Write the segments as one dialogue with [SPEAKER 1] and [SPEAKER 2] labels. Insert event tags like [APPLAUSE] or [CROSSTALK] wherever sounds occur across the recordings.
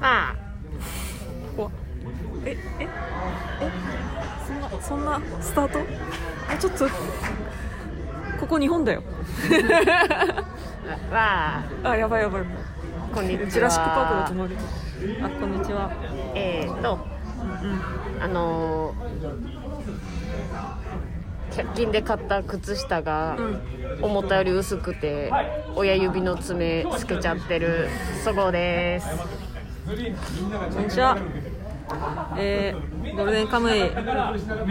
[SPEAKER 1] まあここえええそんなそんなスタートあちょっとここ日本だよ
[SPEAKER 2] わ
[SPEAKER 1] あやばいやばい
[SPEAKER 2] あこんにちは
[SPEAKER 1] ジュラシック・パークの隣あこんにちは
[SPEAKER 2] えー、と
[SPEAKER 1] う
[SPEAKER 2] あのー、100均で買った靴下が
[SPEAKER 1] んうん
[SPEAKER 2] 思ったより薄くて親指の爪つけちゃってるそごうです
[SPEAKER 1] こんにちはえー、ゴールデンカムイ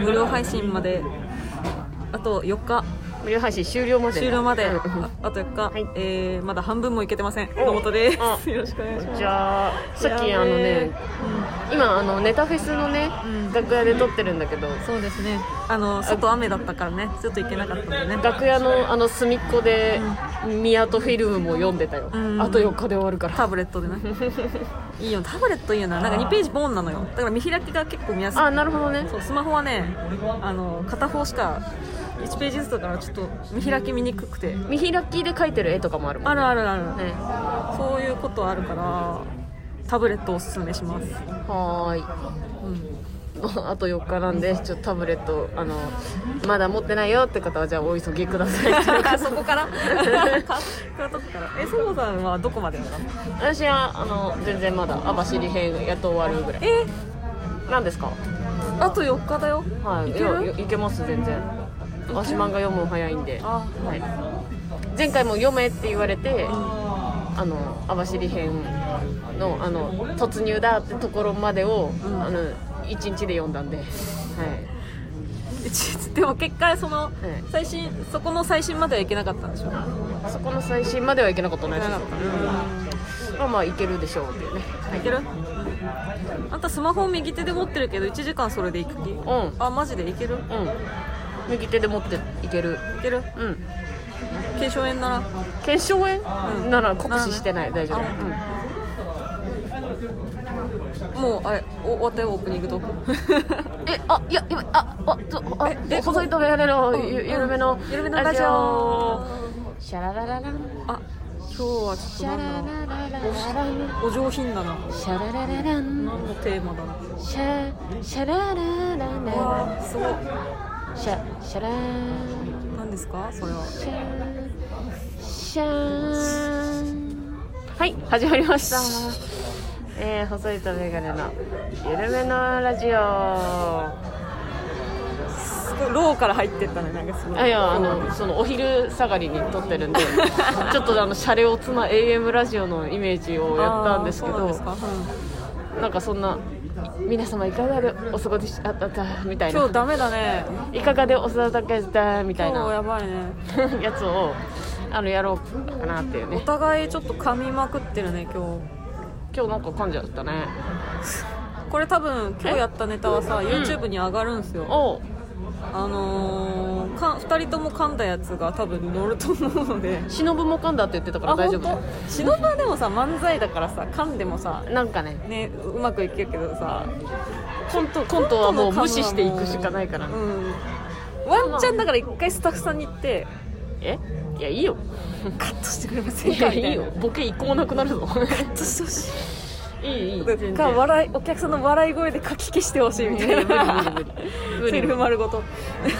[SPEAKER 1] 無料配信まであと4日
[SPEAKER 2] 無料配信終了まで
[SPEAKER 1] 終了まで
[SPEAKER 2] うん
[SPEAKER 1] ああと4日、
[SPEAKER 2] はい
[SPEAKER 1] えーまだ半分もいけてません野本で
[SPEAKER 2] あ
[SPEAKER 1] すよろしくお願いします
[SPEAKER 2] じゃあさっき
[SPEAKER 1] や
[SPEAKER 2] あの
[SPEAKER 1] べ
[SPEAKER 2] ね
[SPEAKER 1] ー
[SPEAKER 2] 今あのネタフェスのね、
[SPEAKER 1] うん
[SPEAKER 2] 楽屋で撮ってるんだけど
[SPEAKER 1] そうですねあの外雨だったからねちょっと行けなかったんでね
[SPEAKER 2] 楽屋のあの隅っこで宮とフィルムも読んでたよ、
[SPEAKER 1] うん
[SPEAKER 2] あと4日で終わるから
[SPEAKER 1] タブレットでねいいよタブレットいいよななんか2ページボーンなのよだから見開きが結構見やすい
[SPEAKER 2] あなるほどね
[SPEAKER 1] そうスマホはねあの片方しか1ページずつだからちょっと見開き見にくくて
[SPEAKER 2] 見開きで描いてる絵とかもあるもん
[SPEAKER 1] あるあるある、
[SPEAKER 2] ね
[SPEAKER 1] そういうことあるからタブレットおすすめします、
[SPEAKER 2] はーい
[SPEAKER 1] うん、
[SPEAKER 2] あと4日なん [LAUGHS] でちょっとタブレットあのまだ持ってないよって方はじゃあお急ぎくださ
[SPEAKER 1] [LAUGHS]
[SPEAKER 2] い
[SPEAKER 1] [LAUGHS] そこからかからとこからえそごさんはどこまでなの
[SPEAKER 2] 私はあの全然まだ網走編やっと終わるぐらい
[SPEAKER 1] え
[SPEAKER 2] なんですか
[SPEAKER 1] あと4日だよ
[SPEAKER 2] はい
[SPEAKER 1] い
[SPEAKER 2] い
[SPEAKER 1] け
[SPEAKER 2] や
[SPEAKER 1] る
[SPEAKER 2] いけます全然私漫画読むの早いんで、は
[SPEAKER 1] あ
[SPEAKER 2] い、前回も読めって言われてあの網走編のあの突入だってところまでを、
[SPEAKER 1] うん
[SPEAKER 2] あの1日で読んだんで、はい、
[SPEAKER 1] ち [LAUGHS] でも結果その
[SPEAKER 2] え
[SPEAKER 1] 最新そこの最新まではいけなかったんでしょ
[SPEAKER 2] そこの最新まではいけなかった
[SPEAKER 1] い
[SPEAKER 2] ね
[SPEAKER 1] けなかった
[SPEAKER 2] まあまあいけるでしょうっていうね
[SPEAKER 1] いけるあんたスマホを右手で持ってるけど1時間それでいく気
[SPEAKER 2] うん
[SPEAKER 1] あマジでいける
[SPEAKER 2] うん右手で持っていける
[SPEAKER 1] いける
[SPEAKER 2] うん
[SPEAKER 1] 軽症炎なら
[SPEAKER 2] 腱鞘炎
[SPEAKER 1] うん
[SPEAKER 2] なら酷使してない
[SPEAKER 1] なら
[SPEAKER 2] 大
[SPEAKER 1] ね
[SPEAKER 2] 丈夫、
[SPEAKER 1] もうあれお終わったよオープニングトーク
[SPEAKER 2] うんえあいや今ああちょあ
[SPEAKER 1] ええ
[SPEAKER 2] 細いとメガネの
[SPEAKER 1] うん
[SPEAKER 2] ゆゆるめの
[SPEAKER 1] ゆるめのラジオ
[SPEAKER 2] シャララララン
[SPEAKER 1] あ今日はち
[SPEAKER 2] シ
[SPEAKER 1] ょっと
[SPEAKER 2] ャ
[SPEAKER 1] な
[SPEAKER 2] ラ
[SPEAKER 1] んだろ
[SPEAKER 2] ララララン
[SPEAKER 1] うお上品だな
[SPEAKER 2] シャララララン
[SPEAKER 1] 何のテーマだな
[SPEAKER 2] シャシャララララン
[SPEAKER 1] わあすごい
[SPEAKER 2] シャシャラー
[SPEAKER 1] 何ですかそれは
[SPEAKER 2] シャーシャーはい始まりましたえー、細いとメガネのゆるめのラジオ
[SPEAKER 1] すごいローから入ってったねなんかすごい
[SPEAKER 2] あいやあのそのお昼下がりに撮ってる [LAUGHS] んでちょっとあのシャレオツな AM ラジオのイメージをやったんですけ
[SPEAKER 1] あーそうなん
[SPEAKER 2] ど
[SPEAKER 1] ですか、うん
[SPEAKER 2] なんかそんな皆様いかがでお過ごしあったったみたい
[SPEAKER 1] 今
[SPEAKER 2] な
[SPEAKER 1] 日ダメだね
[SPEAKER 2] いかがでお過ごしだったみた
[SPEAKER 1] 今
[SPEAKER 2] い
[SPEAKER 1] 日
[SPEAKER 2] な
[SPEAKER 1] やばいね
[SPEAKER 2] やつをあのやろうかなっていう
[SPEAKER 1] お
[SPEAKER 2] ね
[SPEAKER 1] 互いちょっと噛みまくってるね今
[SPEAKER 2] 今日なんか噛んじゃったね
[SPEAKER 1] 日これ多分今日やったネタはさ YouTube に上がるんすよ
[SPEAKER 2] おう
[SPEAKER 1] あのー、か2人とも噛んだやつが多分乗ると思うので
[SPEAKER 2] 忍も噛んだって言ってたから
[SPEAKER 1] あ
[SPEAKER 2] 大丈
[SPEAKER 1] 本当
[SPEAKER 2] 夫
[SPEAKER 1] 忍はでもさ漫才だからさ噛んでもさ
[SPEAKER 2] なんかね
[SPEAKER 1] ねうまくいけるけどさ
[SPEAKER 2] コントコントはもう無視していくしかないからね
[SPEAKER 1] うんワンチャンだから一回スタッフさんに行って
[SPEAKER 2] えいやいいよ
[SPEAKER 1] カットしてくれません
[SPEAKER 2] い
[SPEAKER 1] か
[SPEAKER 2] や
[SPEAKER 1] みた
[SPEAKER 2] いい
[SPEAKER 1] いな
[SPEAKER 2] よボケ一個もなくなる
[SPEAKER 1] [LAUGHS]
[SPEAKER 2] ぞ
[SPEAKER 1] カットしてほしい
[SPEAKER 2] いいいい全
[SPEAKER 1] か
[SPEAKER 2] 然
[SPEAKER 1] 笑いお客さんの笑い声でかき消してほしいみたいな
[SPEAKER 2] 無理無理無理無理
[SPEAKER 1] セリフ丸ごと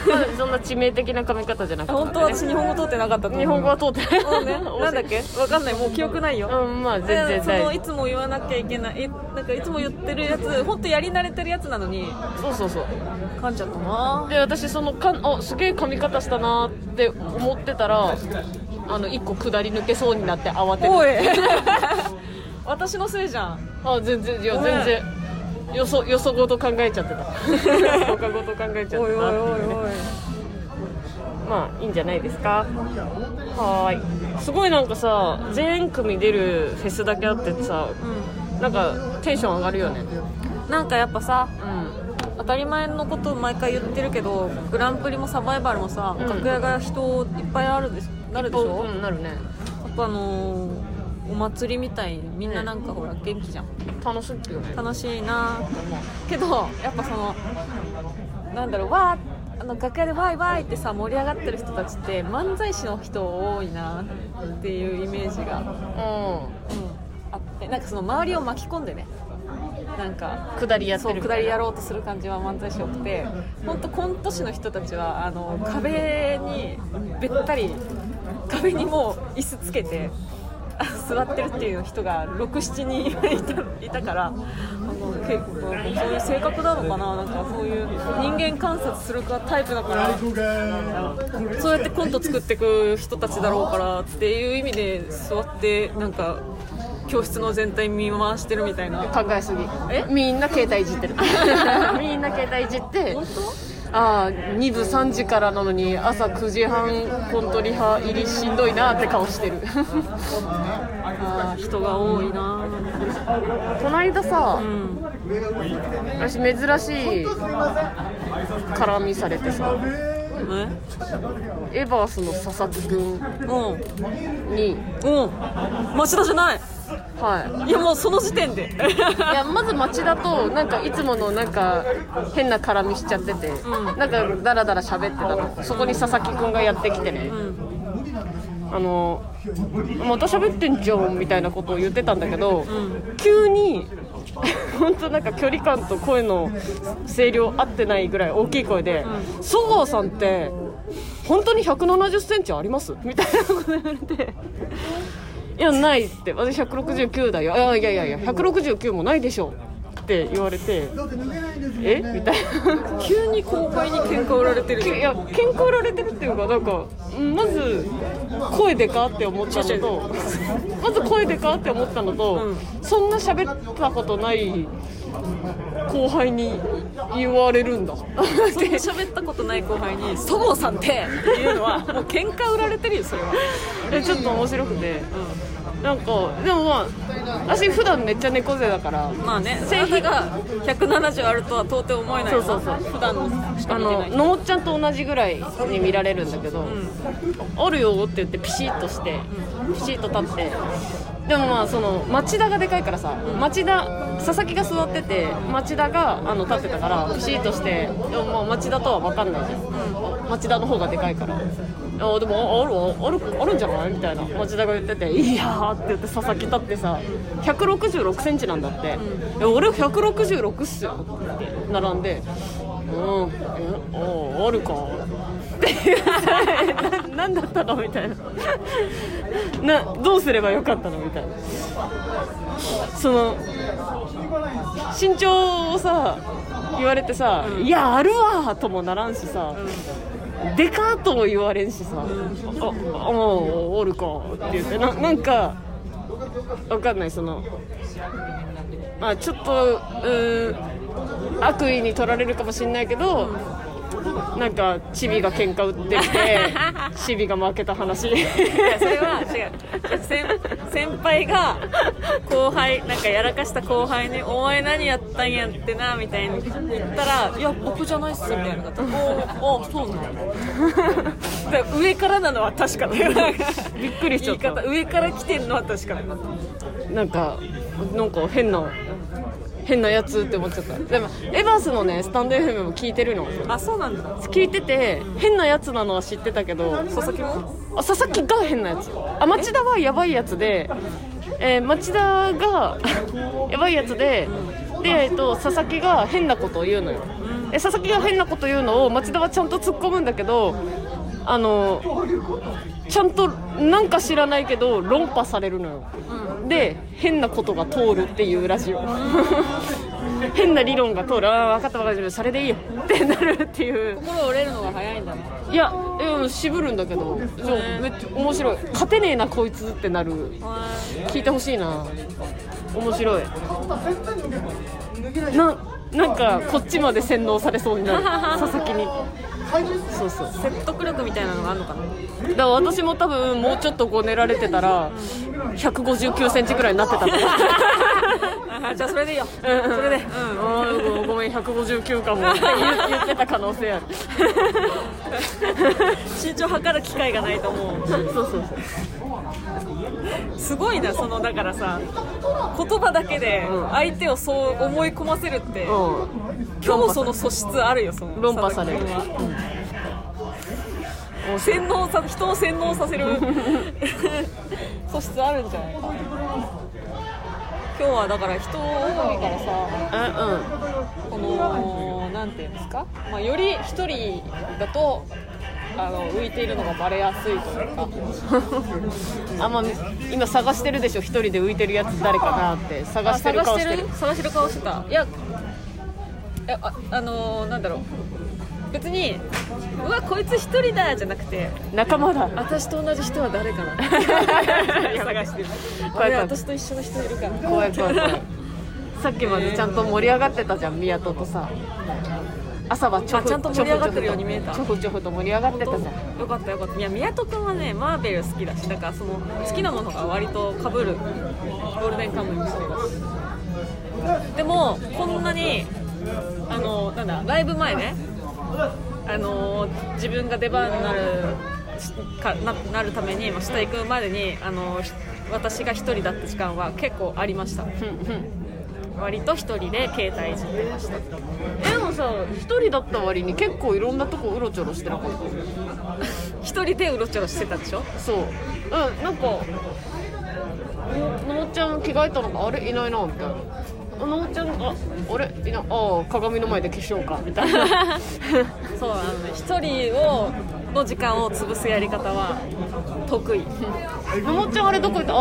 [SPEAKER 2] まあそんな致命的な噛み方じゃなくて、
[SPEAKER 1] 本当は私日本語通ってなかったと思う
[SPEAKER 2] [LAUGHS] 日本語は通ってない [LAUGHS]
[SPEAKER 1] そうねなんだっけわかんないもう記憶ないよ
[SPEAKER 2] うんまあ全然
[SPEAKER 1] その
[SPEAKER 2] 大
[SPEAKER 1] い
[SPEAKER 2] 丈
[SPEAKER 1] つも言わなきゃいけないえなんかいつも言ってるやつ本当やり慣れてるやつなのに
[SPEAKER 2] 夫そうそうそう
[SPEAKER 1] 噛んじゃったな
[SPEAKER 2] で私そのかんあすげえ噛み方したなーって思ってたらあの一個下り抜けそうになって慌て
[SPEAKER 1] お
[SPEAKER 2] る
[SPEAKER 1] い [LAUGHS] 私のせいじゃん
[SPEAKER 2] あ全然いや
[SPEAKER 1] ごめ
[SPEAKER 2] 全
[SPEAKER 1] ん
[SPEAKER 2] 然よそよそごと考えちゃって
[SPEAKER 1] [LAUGHS]
[SPEAKER 2] たよそかごと考えちゃってたって
[SPEAKER 1] おい
[SPEAKER 2] い
[SPEAKER 1] おいおい
[SPEAKER 2] うね
[SPEAKER 1] おい
[SPEAKER 2] まあいいんじゃないですかはーいすごいなんかさ全組出るフェスだけあってさなんかテンション上がるよね
[SPEAKER 1] うんなんかやっぱさ
[SPEAKER 2] うん
[SPEAKER 1] 当たり前のことを毎回言ってるけどグランプリもサバイバルもさ、
[SPEAKER 2] うん
[SPEAKER 1] 楽屋が人いっぱいあるでしなるでしょ、
[SPEAKER 2] うんなるね
[SPEAKER 1] あとあのーお祭りみたいにみんななんかほら元気じゃん
[SPEAKER 2] 楽しいよね
[SPEAKER 1] 楽しいなと思うけどやっぱそのなんだろうわーあの楽屋でワイワイってさ盛り上がってる人たちって漫才師の人多いなっていうイメージが、
[SPEAKER 2] うん
[SPEAKER 1] うん、あっねなんかその周りを巻き込んでねなんか
[SPEAKER 2] 下りやって
[SPEAKER 1] そう
[SPEAKER 2] るみ
[SPEAKER 1] 下
[SPEAKER 2] たい
[SPEAKER 1] り
[SPEAKER 2] な
[SPEAKER 1] やろうとする感じは漫才師多くて本当コント師の人たちはあの壁にべったり壁にもう椅子つけてあ座ってるっていう人が67人いたいたからあの結構そういう性格なのかななんかそういう人間観察するかタイプだからそうやってコント作っていく人たちだろうからっていう意味で座ってなんか教室の全体見回してるみたいな。
[SPEAKER 2] 考えすぎ
[SPEAKER 1] え
[SPEAKER 2] みんな携帯いじ
[SPEAKER 1] [LAUGHS]
[SPEAKER 2] ってるみんな携帯いじって
[SPEAKER 1] 本当
[SPEAKER 2] ああ2部3時からなのに朝9時半コントリハ入りしんどいなって顔してる
[SPEAKER 1] あー人が多いな
[SPEAKER 2] この間さ
[SPEAKER 1] うん
[SPEAKER 2] 私珍しい絡みされてさ
[SPEAKER 1] え
[SPEAKER 2] エバースの佐々木くん
[SPEAKER 1] うん
[SPEAKER 2] に
[SPEAKER 1] うん町田じゃない
[SPEAKER 2] はい
[SPEAKER 1] やもうその時点で
[SPEAKER 2] いいやまず町田となんかいつものなんか変な絡みしちゃってて、
[SPEAKER 1] うん
[SPEAKER 2] なんかダラダラ喋ってたのそこに佐々木くんがやってきてね、
[SPEAKER 1] うん
[SPEAKER 2] あの「また喋ってんじゃん」みたいなことを言ってたんだけど、
[SPEAKER 1] うん
[SPEAKER 2] 急に [LAUGHS] 本当なんか距離感と声の声量合ってないぐらい大きい声で「そごうさんって本当に1 7 0センチあります?」みたいなこと言われて「いやない」って「私169だよ」あ「いやいやいや169もないでしょ」って言われて「えみたいな。
[SPEAKER 1] [LAUGHS]
[SPEAKER 2] [LAUGHS]
[SPEAKER 1] 急に公開に喧嘩売られてる
[SPEAKER 2] けいや健康売られてるっていうかなんかうんまず声でかって思ったのとまず声でかって思ったのと、
[SPEAKER 1] うん
[SPEAKER 2] そんな喋ったことない後輩に言われる
[SPEAKER 1] [LAUGHS]
[SPEAKER 2] んだ
[SPEAKER 1] そんな喋ったことない後輩に「 [LAUGHS] そごうさんって!」っていうのはもう喧嘩売られてるよそれは
[SPEAKER 2] えちょっと面白くて、なんかでもまあ私普段めっちゃ猫背だから
[SPEAKER 1] まあね
[SPEAKER 2] 性
[SPEAKER 1] 性
[SPEAKER 2] 癖
[SPEAKER 1] 癖が170あるとは到底思えないよな
[SPEAKER 2] そうそう
[SPEAKER 1] 普段のしか
[SPEAKER 2] あ
[SPEAKER 1] 見て
[SPEAKER 2] の
[SPEAKER 1] ない
[SPEAKER 2] のもっちゃんと同じぐらいに見られるんだけど、あるよって言ってピシッとして、ピシッと立ってでもまあその町田がでかいからさ、町田佐々木が座ってて町田があの立ってたからピシッとしてでもまあ町田とは分かんないじゃん、町田の方がでかいから。あでもああるわあるあるんじゃないみたいな町田が言ってて「いやー」って言って佐々木立ってさ1 6 6ンチなんだって「え俺166っすよ」って並んでうん、え、ああ、あるか。って [LAUGHS] な、なんだったのみたいな。 [LAUGHS] な、どうすればよかったのみたいな。その。身長をさ、言われてさ、いや、あるわともならんしさ。でかとも言われんしさ、あ、あ、ああるかって言って、な、なんか。わかんない、その。まあ、ちょっと、うーん。悪意に取られるかもしれないけど、なんかチビが喧嘩売ってき
[SPEAKER 1] [LAUGHS]
[SPEAKER 2] てチビが負けた話
[SPEAKER 1] いやそれは違う先先輩が後輩なんかやらかした後輩に「お前何やったんやってな」みたいに言ったら「いや僕じゃないっす」みたいなことおおそうなんだ」だから上からなのは確かだよ
[SPEAKER 2] びっくりしち
[SPEAKER 1] 言
[SPEAKER 2] ゃっ
[SPEAKER 1] い方
[SPEAKER 2] た
[SPEAKER 1] 上から来てるのは確かだよ
[SPEAKER 2] なんかなんか変な変なやつって思っちゃったでもエバースのねスタンド FM も聞いてるの
[SPEAKER 1] あそうなんだ
[SPEAKER 2] 聞いてて変なやつなのは知ってたけど
[SPEAKER 1] 佐々木も
[SPEAKER 2] あ佐々木が変なやつあ町田はやばいやつで、えー町田が [LAUGHS] やばいやつでで、えっと、佐々木が変なことを言うのよえ佐々木が変なこと言うのを町田はちゃんと突っ込むんだけどあのちゃんとなんか知らないけど論破されるのよ、で変なことが通るっていうラジオ [LAUGHS] 変な理論が通るああ分かった分かったそれでいいよってなるっていう
[SPEAKER 1] 心折れるのが早いんだね
[SPEAKER 2] いや、うん、渋るんだけど、でもめっちゃ面白い。勝てねえな、こいつってなる。聞いてほしいな。面白い。な、なんか、こっちまで洗脳されそうになる。佐々木に。そうそう。だか
[SPEAKER 1] 説得力みたいなのがあるのかな
[SPEAKER 2] ら私も多分、もうちょっとこう寝られてたら、159センチぐらいになってたと思う。 [LAUGHS]
[SPEAKER 1] あじゃあそれでいいよそれでうん
[SPEAKER 2] あーごごめん、159かも [LAUGHS] って言う言ってた可能性ある。
[SPEAKER 1] 身長測る機会がないと思う
[SPEAKER 2] そうそうそう。
[SPEAKER 1] すごいなそのだからさ言葉だけで
[SPEAKER 2] うん
[SPEAKER 1] 相手をそう思い込ませるって、
[SPEAKER 2] うん。
[SPEAKER 1] 今日もその素質あるよその
[SPEAKER 2] 論破される
[SPEAKER 1] 佐々木君はもう洗脳さ人を [LAUGHS] 洗脳させる素質あるんじゃないか今日はだから人多いからさ
[SPEAKER 2] あ
[SPEAKER 1] このなんていうんですか、まあ、より一人だとあの浮いているのがバレやすいというか
[SPEAKER 2] うんあんま今探してるでしょ一人で浮いてるやつ誰かなって探
[SPEAKER 1] あ
[SPEAKER 2] してる
[SPEAKER 1] 探
[SPEAKER 2] 顔
[SPEAKER 1] し
[SPEAKER 2] しててる
[SPEAKER 1] る探してる顔してたいやいやああのーなんだろう別にうわこいつ一人だじゃなくて
[SPEAKER 2] 仲間だ
[SPEAKER 1] 私と同じ人は誰かな
[SPEAKER 2] [LAUGHS]
[SPEAKER 1] 探してるあれ私と一緒の人いるかな
[SPEAKER 2] 怖い怖い怖いさっきまでちゃんと盛り上がってたじゃん宮戸とさ朝はちょ
[SPEAKER 1] あ
[SPEAKER 2] こ
[SPEAKER 1] ちゃんと盛り上がってるように見えた
[SPEAKER 2] ちょこちょこと盛り上がってたじゃん
[SPEAKER 1] よかったよかったいや宮戸君はねマーベル好きだしだからその好きなものが割とかぶるゴールデンカムイもそうだしでもこんなにあのなんだライブ前ねあの自分が出番になるしかななるためにまあ下行くまでにあのひ私が一人だった時間は結構ありました割と一人で携帯いじってました
[SPEAKER 2] でもさ一人だった割に結構いろんなとこうろちょろしてなかっ
[SPEAKER 1] 一人でうろちょろしてたでしょ
[SPEAKER 2] たそううんなんかののっちゃん着替えたのかあれいないなみたいなあのっちゃんああれいないああ鏡の前で化粧かみたいな
[SPEAKER 1] [LAUGHS] そうあのね一人をの時間を潰すやり方は得意
[SPEAKER 2] ののっちゃんあれどこ行ったああ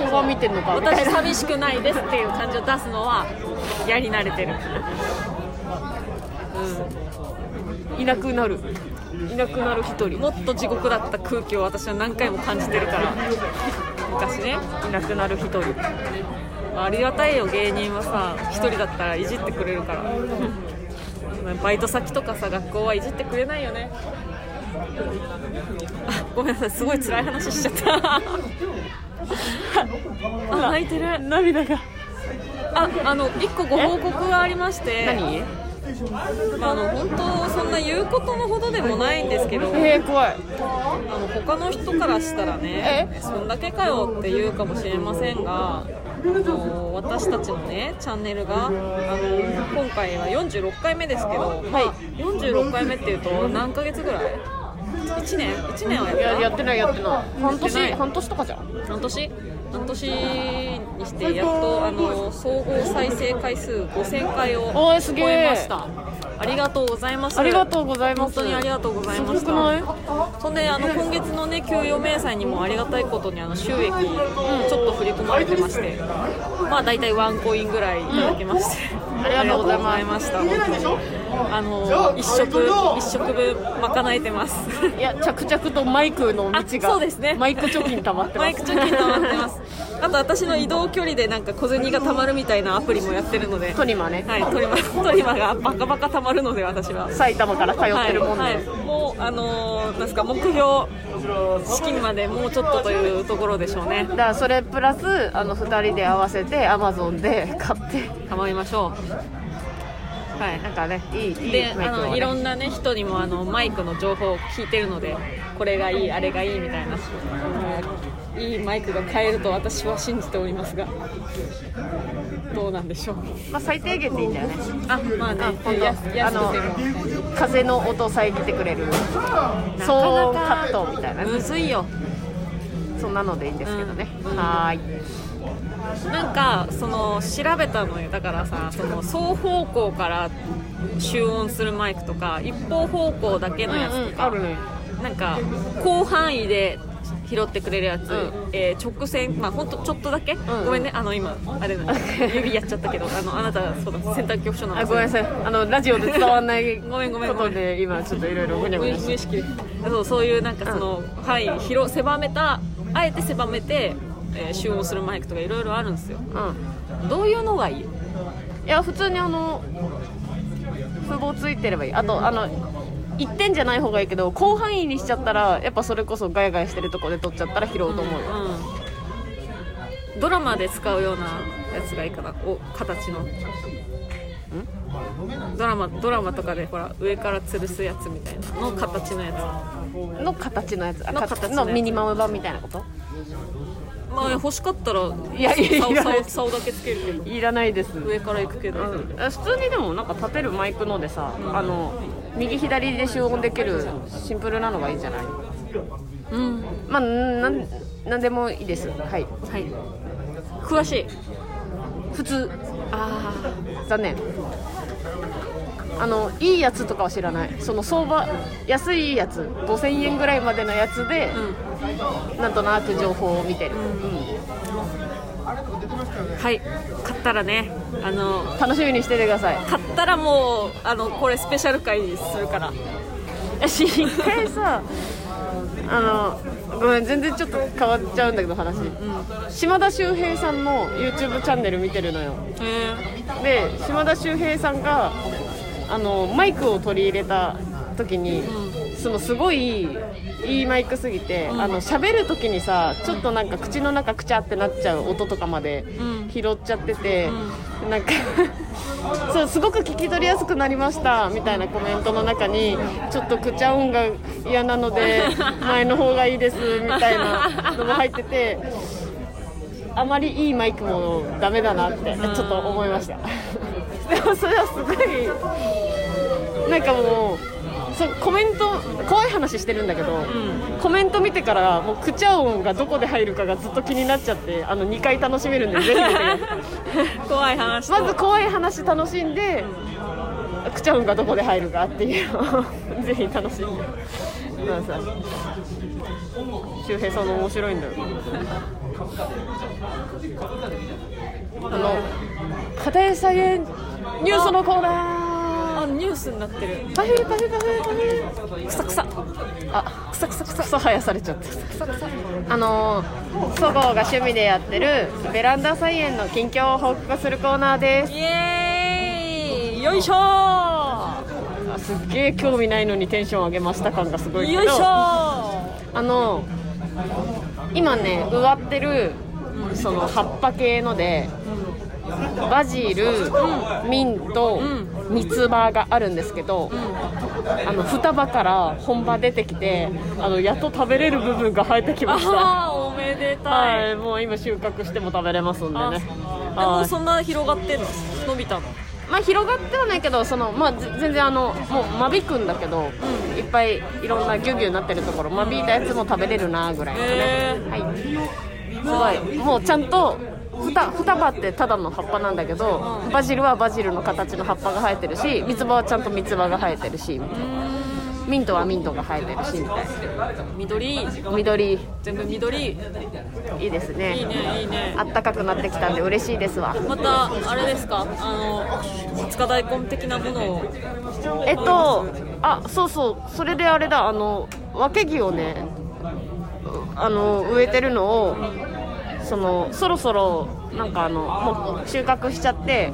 [SPEAKER 2] 交番見てんのかみた
[SPEAKER 1] 私
[SPEAKER 2] いな
[SPEAKER 1] 寂しくないですっていう感じを出すのはやり慣れてる、
[SPEAKER 2] いなくなるいなくなる一人
[SPEAKER 1] うん、もっと地獄だった空気を私は何回も感じてるから昔ねいなくなる一人ありがたいよ芸人はさ一人だったらいじってくれるからバイト先とかさ学校はいじってくれないよねあごめんなさいすごい辛い話しちゃったあ泣いてる
[SPEAKER 2] 涙が
[SPEAKER 1] あ、あの一個ご報告がありまして、
[SPEAKER 2] 何え
[SPEAKER 1] まあ、あの本当そんな言うことのほどでもないんですけど、
[SPEAKER 2] えー、怖い
[SPEAKER 1] あの他の人からしたらね、そんだけかよって言うかもしれませんが、あの私たちのねチャンネルがあの今回は46回目ですけど、
[SPEAKER 2] はい
[SPEAKER 1] 46回目っていうと何ヶ月ぐらい？1年1年はやっ
[SPEAKER 2] い
[SPEAKER 1] た
[SPEAKER 2] ややってないやってない半
[SPEAKER 1] やってな
[SPEAKER 2] 年
[SPEAKER 1] い
[SPEAKER 2] 半年とかじゃん
[SPEAKER 1] 半年半年にしてやっとあの総合再生回数5000回を
[SPEAKER 2] お
[SPEAKER 1] 超
[SPEAKER 2] ーすげー
[SPEAKER 1] えましたありがとうございます
[SPEAKER 2] ありがとうございま
[SPEAKER 1] 本
[SPEAKER 2] す
[SPEAKER 1] 当にありがとうございまし
[SPEAKER 2] すごくない
[SPEAKER 1] たそんであの今月のね給与明細にもありがたいことにあの収益ちょっと振り込まれてましてまあ大体ワンコインぐらいいただきまして、
[SPEAKER 2] ありがとうございます
[SPEAKER 1] ありがとうございました本当にあの一食一食分賄えてます
[SPEAKER 2] いや着々とマイクの道が
[SPEAKER 1] あそうですね
[SPEAKER 2] マイク貯金溜まってます
[SPEAKER 1] マイク貯金溜まってますあと私の移動距離でなんか小銭が溜まるみたいなアプリもやってるので
[SPEAKER 2] トリマね、
[SPEAKER 1] はいトリマトリマがバカバカ溜まるので私は
[SPEAKER 2] 埼玉から通ってるもんで、
[SPEAKER 1] はいはい、もうあのーなんすか目標資金までもうちょっとというところでしょうね
[SPEAKER 2] だからそれプラスあの2人で合わせてアマゾンで買って
[SPEAKER 1] 構いましょうはい
[SPEAKER 2] なんかねいいいい
[SPEAKER 1] で
[SPEAKER 2] マイ
[SPEAKER 1] あ
[SPEAKER 2] クを、
[SPEAKER 1] の
[SPEAKER 2] ね、
[SPEAKER 1] いろんな、ね、人にもあのマイクの情報を聞いてるのでこれがいいあれがいいみたいな、はいいいマイクが買えると私は信じておりますがどうなんでしょう
[SPEAKER 2] まあ、最低限でいいんだよね
[SPEAKER 1] あまあね
[SPEAKER 2] あ本当
[SPEAKER 1] 安安くても
[SPEAKER 2] あの風の音遮ってくれる騒音カットみたいなね
[SPEAKER 1] むずいよ
[SPEAKER 2] そんなのでいいんですけどね、
[SPEAKER 1] うん
[SPEAKER 2] はーい
[SPEAKER 1] なんかその調べたのよだからさその双方向から集音するマイクとか一方方向だけのやつとか、
[SPEAKER 2] あるね
[SPEAKER 1] なんか広範囲で拾ってくれるやつ、
[SPEAKER 2] うん
[SPEAKER 1] えー直線まあほんとちょっとだけ、
[SPEAKER 2] んうん
[SPEAKER 1] ごめんねあの今あれだ
[SPEAKER 2] [LAUGHS]
[SPEAKER 1] 指やっちゃったけどあのあなたそうだ洗濯局所なの
[SPEAKER 2] あごめんなさいあのラジオで伝わらない
[SPEAKER 1] [LAUGHS] ごめんごめん
[SPEAKER 2] ことで今ちょっといろいろごにゃご
[SPEAKER 1] 無
[SPEAKER 2] にゃして
[SPEAKER 1] 意識でそうそういうなんかその範囲広狭めたあえて狭めて、えー集音するマイクとかいろいろあるんですよ
[SPEAKER 2] う
[SPEAKER 1] どういうのがいい
[SPEAKER 2] んいや普通にあの風貌ついてればいいあとあの一点じゃない方がいいけど広範囲にしちゃったらやっぱそれこそガヤガヤしてるとこで撮っちゃったら拾うと思うよ、
[SPEAKER 1] うんドラマで使うようなやつがいいかなお形のドラマドラマとかでほら上から吊るすやつみたいなの形のやつ
[SPEAKER 2] の形のやつあ
[SPEAKER 1] の
[SPEAKER 2] か
[SPEAKER 1] 形のや
[SPEAKER 2] の
[SPEAKER 1] つ
[SPEAKER 2] ミニマム版みたいなこと
[SPEAKER 1] まあ欲しかったら
[SPEAKER 2] いやいやいや
[SPEAKER 1] 竿竿竿だけつけるけど
[SPEAKER 2] いらないです、うん、
[SPEAKER 1] 上から行くけど、
[SPEAKER 2] 普通にでもなんか立てるマイクのでさ、あの右左で集音できるシンプルなのがいいんじゃない
[SPEAKER 1] うん
[SPEAKER 2] まあなんなんでもいいですはい
[SPEAKER 1] はい詳しい
[SPEAKER 2] 普通
[SPEAKER 1] あー
[SPEAKER 2] 残念あのいいやつとかは知らないその相場安いやつ5000円ぐらいまでのやつで、なんとなく情報を見てる、
[SPEAKER 1] はい買ったらねあの
[SPEAKER 2] 楽しみにしててください
[SPEAKER 1] 買ったらもうあのこれスペシャル回するから
[SPEAKER 2] 私一回さあのごめん全然ちょっと変わっちゃうんだけど話、島田秀平さんの YouTube チャンネル見てるのよ
[SPEAKER 1] へ
[SPEAKER 2] で島田秀平さんがあのマイクを取り入れた時に、そのすごいいいマイクすぎて、あの喋る時にさちょっとなんか口の中くちゃってなっちゃう音とかまで
[SPEAKER 1] ん
[SPEAKER 2] 拾っちゃってて、なんか [LAUGHS] そうすごく聞き取りやすくなりましたみたいなコメントの中にちょっとくちゃ音が嫌なので前の方がいいですみたいなのも入ってて。あまりいいマイクもダメだなってちょっと思いました [LAUGHS] でもそれはすごいなんかもうそコメント怖い話してるんだけど、コメント見てからもうクチャ音がどこで入るかがずっと気になっちゃってあの2回楽しめるんでぜひ見てください
[SPEAKER 1] え怖い話と
[SPEAKER 2] まず怖い話楽しんでクチャ音がどこで入るかっていうのを [LAUGHS] ぜひ楽しんでください周平さんの面白いんだよあの片寄さげニュースのコーナー
[SPEAKER 1] あニュースになってる
[SPEAKER 2] パフパフパフパフ
[SPEAKER 1] くさくさ
[SPEAKER 2] あくさくさくさくさ生やされちゃったあのーそごうが趣味でやってるベランダ菜園の近況を報告するコーナーです
[SPEAKER 1] イエー [LAUGHS] イよいしょー
[SPEAKER 2] あすっげえ興味ないのにテンション上げました感がすごいけど
[SPEAKER 1] よいしょ
[SPEAKER 2] あ
[SPEAKER 1] ー
[SPEAKER 2] の今ね植わってるその葉っぱ系のでバジル、ミント、ミツバがあるんですけど、あの双葉から本葉出てきてあのやっと食べれる部分が生えてきました
[SPEAKER 1] あーおめでたい、
[SPEAKER 2] はいもう今収穫しても食べれますんでね
[SPEAKER 1] あで
[SPEAKER 2] は
[SPEAKER 1] も
[SPEAKER 2] い
[SPEAKER 1] そんな広がってんの伸びたの
[SPEAKER 2] まあ広がってはないけどその、まあ、ぜ全然あのもう間引くんだけど、いっぱいいろんなギュギュになってるところ間引いたやつも食べれるなぐらいのね、
[SPEAKER 1] へー
[SPEAKER 2] はいすごいもうちゃんとふた双葉ってただの葉っぱなんだけどバジルはバジルの形の葉っぱが生えてるし三つ葉はちゃんと三つ葉が生えてるしみたいなミントはミントが生えてるしみたい
[SPEAKER 1] 緑
[SPEAKER 2] な緑い
[SPEAKER 1] 全部緑いい
[SPEAKER 2] いですね
[SPEAKER 1] ねいいね
[SPEAKER 2] あったかくなってきたんで嬉しいですわ
[SPEAKER 1] またあれですかあの二日大根的なものを
[SPEAKER 2] えっと、あ、そうそう、それであれだ、あの、わけぎをね。うあの、植えてるのを。その、そろそろ、なんか、あの、もう収穫しちゃって。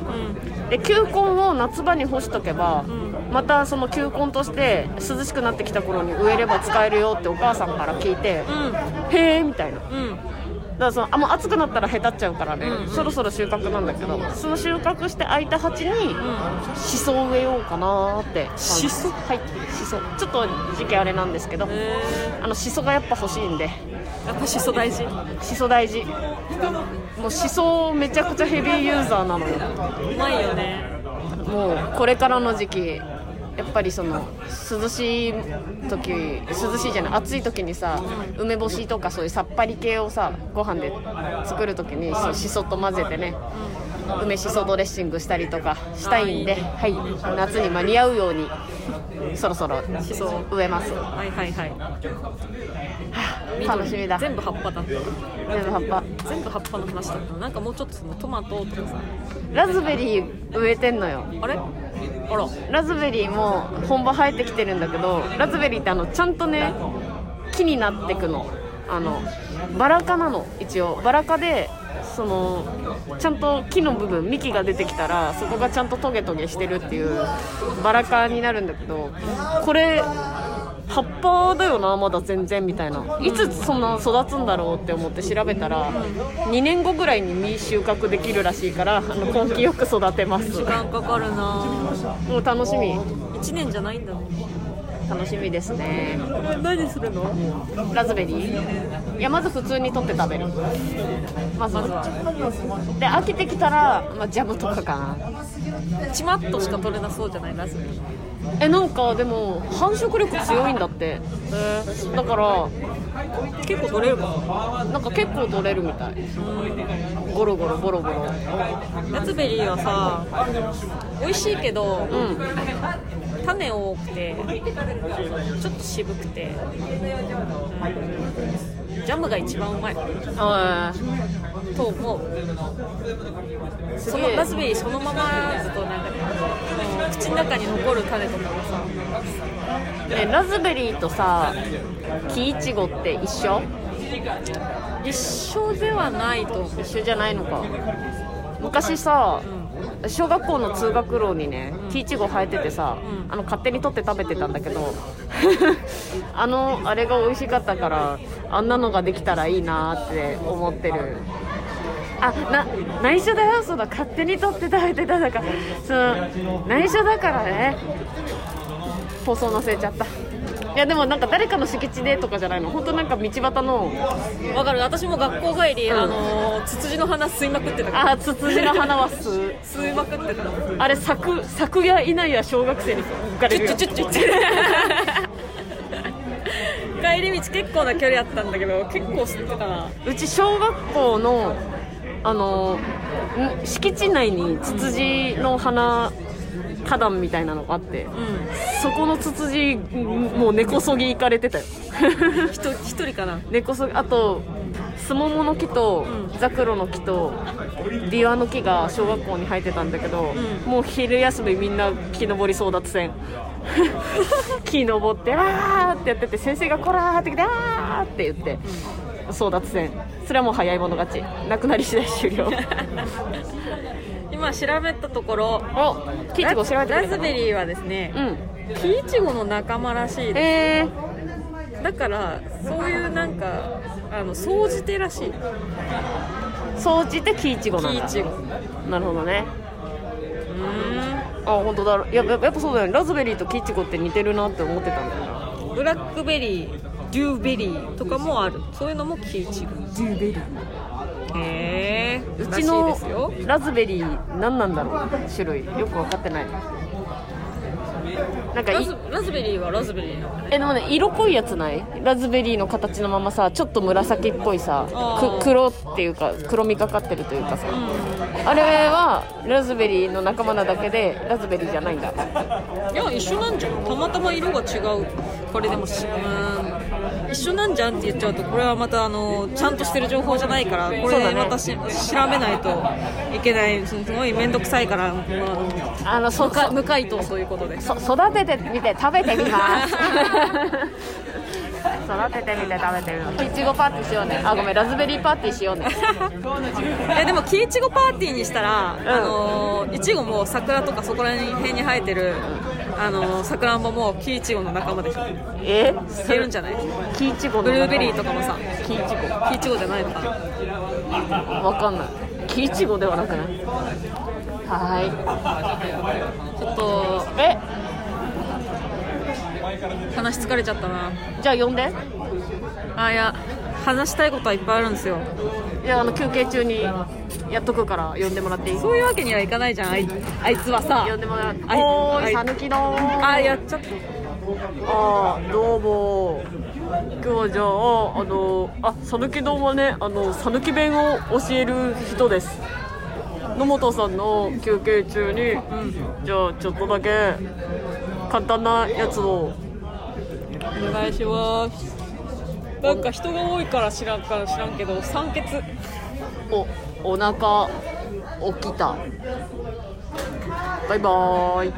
[SPEAKER 2] で、球根を夏場に干しとけば。またその球根として涼しくなってきた頃に植えれば使えるよってお母さんから聞いて
[SPEAKER 1] う、ん
[SPEAKER 2] へえみたいな
[SPEAKER 1] うん
[SPEAKER 2] だからそのあもう暑くなったらへたっちゃうからね、そろそろ収穫なんだけどその収穫して空いた鉢にしそを植えようかなーって感じ
[SPEAKER 1] シソ
[SPEAKER 2] はいしそちょっと時期あれなんですけど
[SPEAKER 1] え
[SPEAKER 2] あのしそがやっぱ欲しいんで
[SPEAKER 1] ー、やっぱしそ大事
[SPEAKER 2] しそ大事もうしそめちゃくちゃヘビーユーザーなのよ
[SPEAKER 1] うまいよね
[SPEAKER 2] もうこれからの時期やっぱりその涼しい時涼しいじゃない暑い時にさ梅干しとかそういうさっぱり系をさご飯で作る時にそうしそと混ぜてね梅しそドレッシングしたりとかしたいんで、
[SPEAKER 1] あーいい
[SPEAKER 2] はい、夏に間に合うようにそろそろ
[SPEAKER 1] しそ
[SPEAKER 2] 植えます
[SPEAKER 1] はいはいはい
[SPEAKER 2] 楽しみだ全
[SPEAKER 1] 全部葉っぱだった
[SPEAKER 2] 部葉っぱ
[SPEAKER 1] 全部葉っぱの話だったなんかもうちょっとそのトマトとかさ
[SPEAKER 2] ラズベリー植えてんのよ
[SPEAKER 1] あれあら
[SPEAKER 2] ラズベリーも本場生えてきてるんだけどラズベリーってあのちゃんとね木になってくのあのバラ科なの一応バラ科でそのちゃんと木の部分幹が出てきたらそこがちゃんとトゲトゲしてるっていうバラ科になるんだけどこれ葉っぱだよなまだ全然みたいないつそんな育つんだろうって思って調べたら2年後ぐらいに実収穫できるらしいからあの根気よく育てます
[SPEAKER 1] 時間かかるな
[SPEAKER 2] もう楽しみ
[SPEAKER 1] 1年じゃないんだね
[SPEAKER 2] 楽しみですね
[SPEAKER 3] これ何するの
[SPEAKER 2] ラズベリーいやまず普通に取って食べるまず
[SPEAKER 1] まず
[SPEAKER 2] は
[SPEAKER 1] は
[SPEAKER 2] で飽きてきたら、まあ、ジャムとかかな
[SPEAKER 1] ちまっとしか取れなそうじゃないラズベリー
[SPEAKER 2] えなんかでも繁殖力強いんだってだから
[SPEAKER 1] 結構取れるかも
[SPEAKER 2] なんか結構取れるみたいゴロゴロゴロゴロ
[SPEAKER 1] ラズベリーはさ美味しいけど、
[SPEAKER 2] うん
[SPEAKER 1] 種多くてちょっと渋くて、うんジャムが一番うまい
[SPEAKER 2] あ
[SPEAKER 1] と思う
[SPEAKER 2] ーす
[SPEAKER 1] そ
[SPEAKER 2] げ
[SPEAKER 1] の
[SPEAKER 2] え
[SPEAKER 1] ラズベリーそのままだとなんか、うん口の中に残る種とかもさ
[SPEAKER 2] ねラズベリーとさ木いちごって一緒
[SPEAKER 1] 一緒ではないと思う
[SPEAKER 2] 一緒じゃないのか昔さ小学校の通学路にね木いちご生えててさ、
[SPEAKER 1] うん
[SPEAKER 2] あの勝手に取って食べてたんだけど [LAUGHS] あのあれが美味しかったからあんなのができたらいいなって思ってるあな内緒だよその勝手に取って食べてただからその内緒だからね放送載せちゃったいやでもなんか誰かの敷地でとかじゃないの本当なんか道端の
[SPEAKER 1] わかる私も学校帰り、
[SPEAKER 2] うん
[SPEAKER 1] あのーツツジの花吸いまくってたから
[SPEAKER 2] あツツジの花は吸う
[SPEAKER 1] 吸いまくってた
[SPEAKER 2] あれ昨昨夜以内は小学生に浮かれるよ
[SPEAKER 1] チュチュチュチュチュ帰り道結構な距離あったんだけど結構吸ってたな
[SPEAKER 2] うち小学校のあのん敷地内にツツジの花花壇みたいなのがあって
[SPEAKER 1] う
[SPEAKER 2] そこのツツジんもう根こそぎ行かれてたよ
[SPEAKER 1] ん一人一人かな
[SPEAKER 2] 根こそぎあとスモモの木と
[SPEAKER 1] うん
[SPEAKER 2] ザクロの木とビワの木が小学校に生えてたんだけど、
[SPEAKER 1] う
[SPEAKER 2] もう昼休みみんな木登り争奪戦 [LAUGHS] 木登ってあーってやってて先生がこらーって来てあーって言って争奪戦それはもう早い者勝ちなくなり次第終
[SPEAKER 1] [LAUGHS]
[SPEAKER 2] 了
[SPEAKER 1] 今調べたところ
[SPEAKER 2] お木いちご調べてくれたの
[SPEAKER 1] ラズベリーはですね、
[SPEAKER 2] うん
[SPEAKER 1] キイチゴの仲間らしいです
[SPEAKER 2] え
[SPEAKER 1] だからそういうなんかあの総じてらしい
[SPEAKER 2] ー、総じて木いちごなん
[SPEAKER 1] キイ
[SPEAKER 2] だ
[SPEAKER 1] チゴう
[SPEAKER 2] なるほどね
[SPEAKER 1] ー
[SPEAKER 2] あ本当だいややっぱそうだよねラズベリーと木いちごって似てるなって思ってたんだよなん
[SPEAKER 1] ブラックベリーデューベリーとかもあるそういうのもキイチゴデューベリーへえ
[SPEAKER 2] う
[SPEAKER 1] う
[SPEAKER 2] ち
[SPEAKER 1] ち
[SPEAKER 2] の
[SPEAKER 1] のですよ
[SPEAKER 2] ラズベリー何なんだろう種類よく分かってないなんか
[SPEAKER 1] ラ
[SPEAKER 2] い
[SPEAKER 1] ズラズベリーはラズベリーなの
[SPEAKER 2] えでもね色濃いやつないラズベリーの形のままさちょっと紫っぽいさ
[SPEAKER 1] あー
[SPEAKER 2] く黒っていうか黒みかかってるというかさ、あれはラズベリーの仲間なだけでラズベリーじゃないんだ
[SPEAKER 1] いや一緒なんじゃんたまたま色が違うこれでもしうーん一緒なんじゃんって言っちゃうとこれはまたあのちゃんとしてる情報じゃないからこ
[SPEAKER 2] そうだ
[SPEAKER 1] れ
[SPEAKER 2] ね
[SPEAKER 1] またし、調べないといけないすごい面倒くさいから、まあ
[SPEAKER 2] あのそうか
[SPEAKER 1] 無回答ということで
[SPEAKER 2] そ育ててみて食べてみます
[SPEAKER 1] [LAUGHS]
[SPEAKER 2] 育ててみて食べてみますいちごパーティーしようねあごめんラズベリーパーティーしよう
[SPEAKER 1] [LAUGHS]
[SPEAKER 2] ね
[SPEAKER 1] えでも木いちごパーティーにしたら、あのーいちごも桜とかそこら辺に生えてるあのーさくらんぼも木いちごの仲間でしょい
[SPEAKER 2] え
[SPEAKER 1] けるんじゃない
[SPEAKER 2] キイチゴの
[SPEAKER 1] ブ
[SPEAKER 2] 仲
[SPEAKER 1] ル
[SPEAKER 2] 間
[SPEAKER 1] ーベリーとかもさ
[SPEAKER 2] キイチゴ
[SPEAKER 1] 木いちごじゃないのかな
[SPEAKER 2] わかんないキイチゴではなくないは
[SPEAKER 1] ちょっと
[SPEAKER 2] ーいえ
[SPEAKER 1] 話疲れちゃったな
[SPEAKER 2] じゃあ呼んで
[SPEAKER 1] あいや話したいことはいっぱいあるんですよ
[SPEAKER 2] いやあの休憩中にやっとくから呼んでもらっていい
[SPEAKER 1] そういうわけにはいかないじゃんあいあいつはさ
[SPEAKER 2] 呼んでもらって
[SPEAKER 1] あい
[SPEAKER 2] お
[SPEAKER 1] あ
[SPEAKER 2] ーい
[SPEAKER 1] い
[SPEAKER 2] さぬきの
[SPEAKER 1] あ
[SPEAKER 2] あ
[SPEAKER 1] やっちゃった
[SPEAKER 2] あーどうも今日はじゃああのあさぬき丼はねあのさぬき弁を教える人です野本さんの休憩中に、じゃあちょっとだけ簡単なやつを
[SPEAKER 1] お願いしますなんか人が多いから知らんから知らんけど酸欠
[SPEAKER 2] おお腹起きたバイバーイ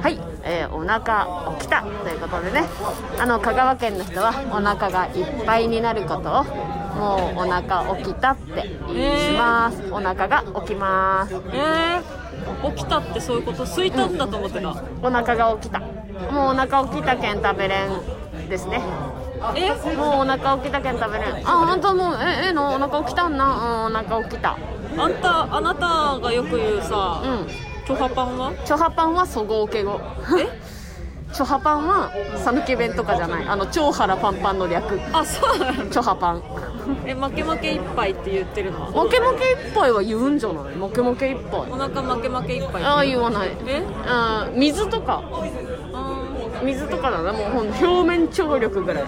[SPEAKER 2] はい、えーお腹起きたということでねあの香川県の人はお腹がいっぱいになることをもうお腹起きたって言います、お腹が起きます
[SPEAKER 1] えー、起きたってそういうこと空いたんだと思ってた、
[SPEAKER 2] お腹が起きたもうお腹起きたけん食べれんですね
[SPEAKER 1] え
[SPEAKER 2] もうお腹起きたけん食べれんあ本当もうええのお腹起きたんなうんお腹起きた
[SPEAKER 1] あんたあなたがよく言うさ、
[SPEAKER 2] うん
[SPEAKER 1] チョハパンは
[SPEAKER 2] チョハパンはそごうけご。えチョハパンは讃岐弁とかじゃないあの超腹パンパンの略
[SPEAKER 1] あそうなの
[SPEAKER 2] チョハパン
[SPEAKER 1] え負け負け一杯って言ってるのは
[SPEAKER 2] 負け負け一杯は言うんじゃない負け負け一杯
[SPEAKER 1] お腹負け負け一杯
[SPEAKER 2] ああ言わない
[SPEAKER 1] え
[SPEAKER 2] あー水とか
[SPEAKER 1] あ
[SPEAKER 2] 水とかだなもうほん表面張力ぐらい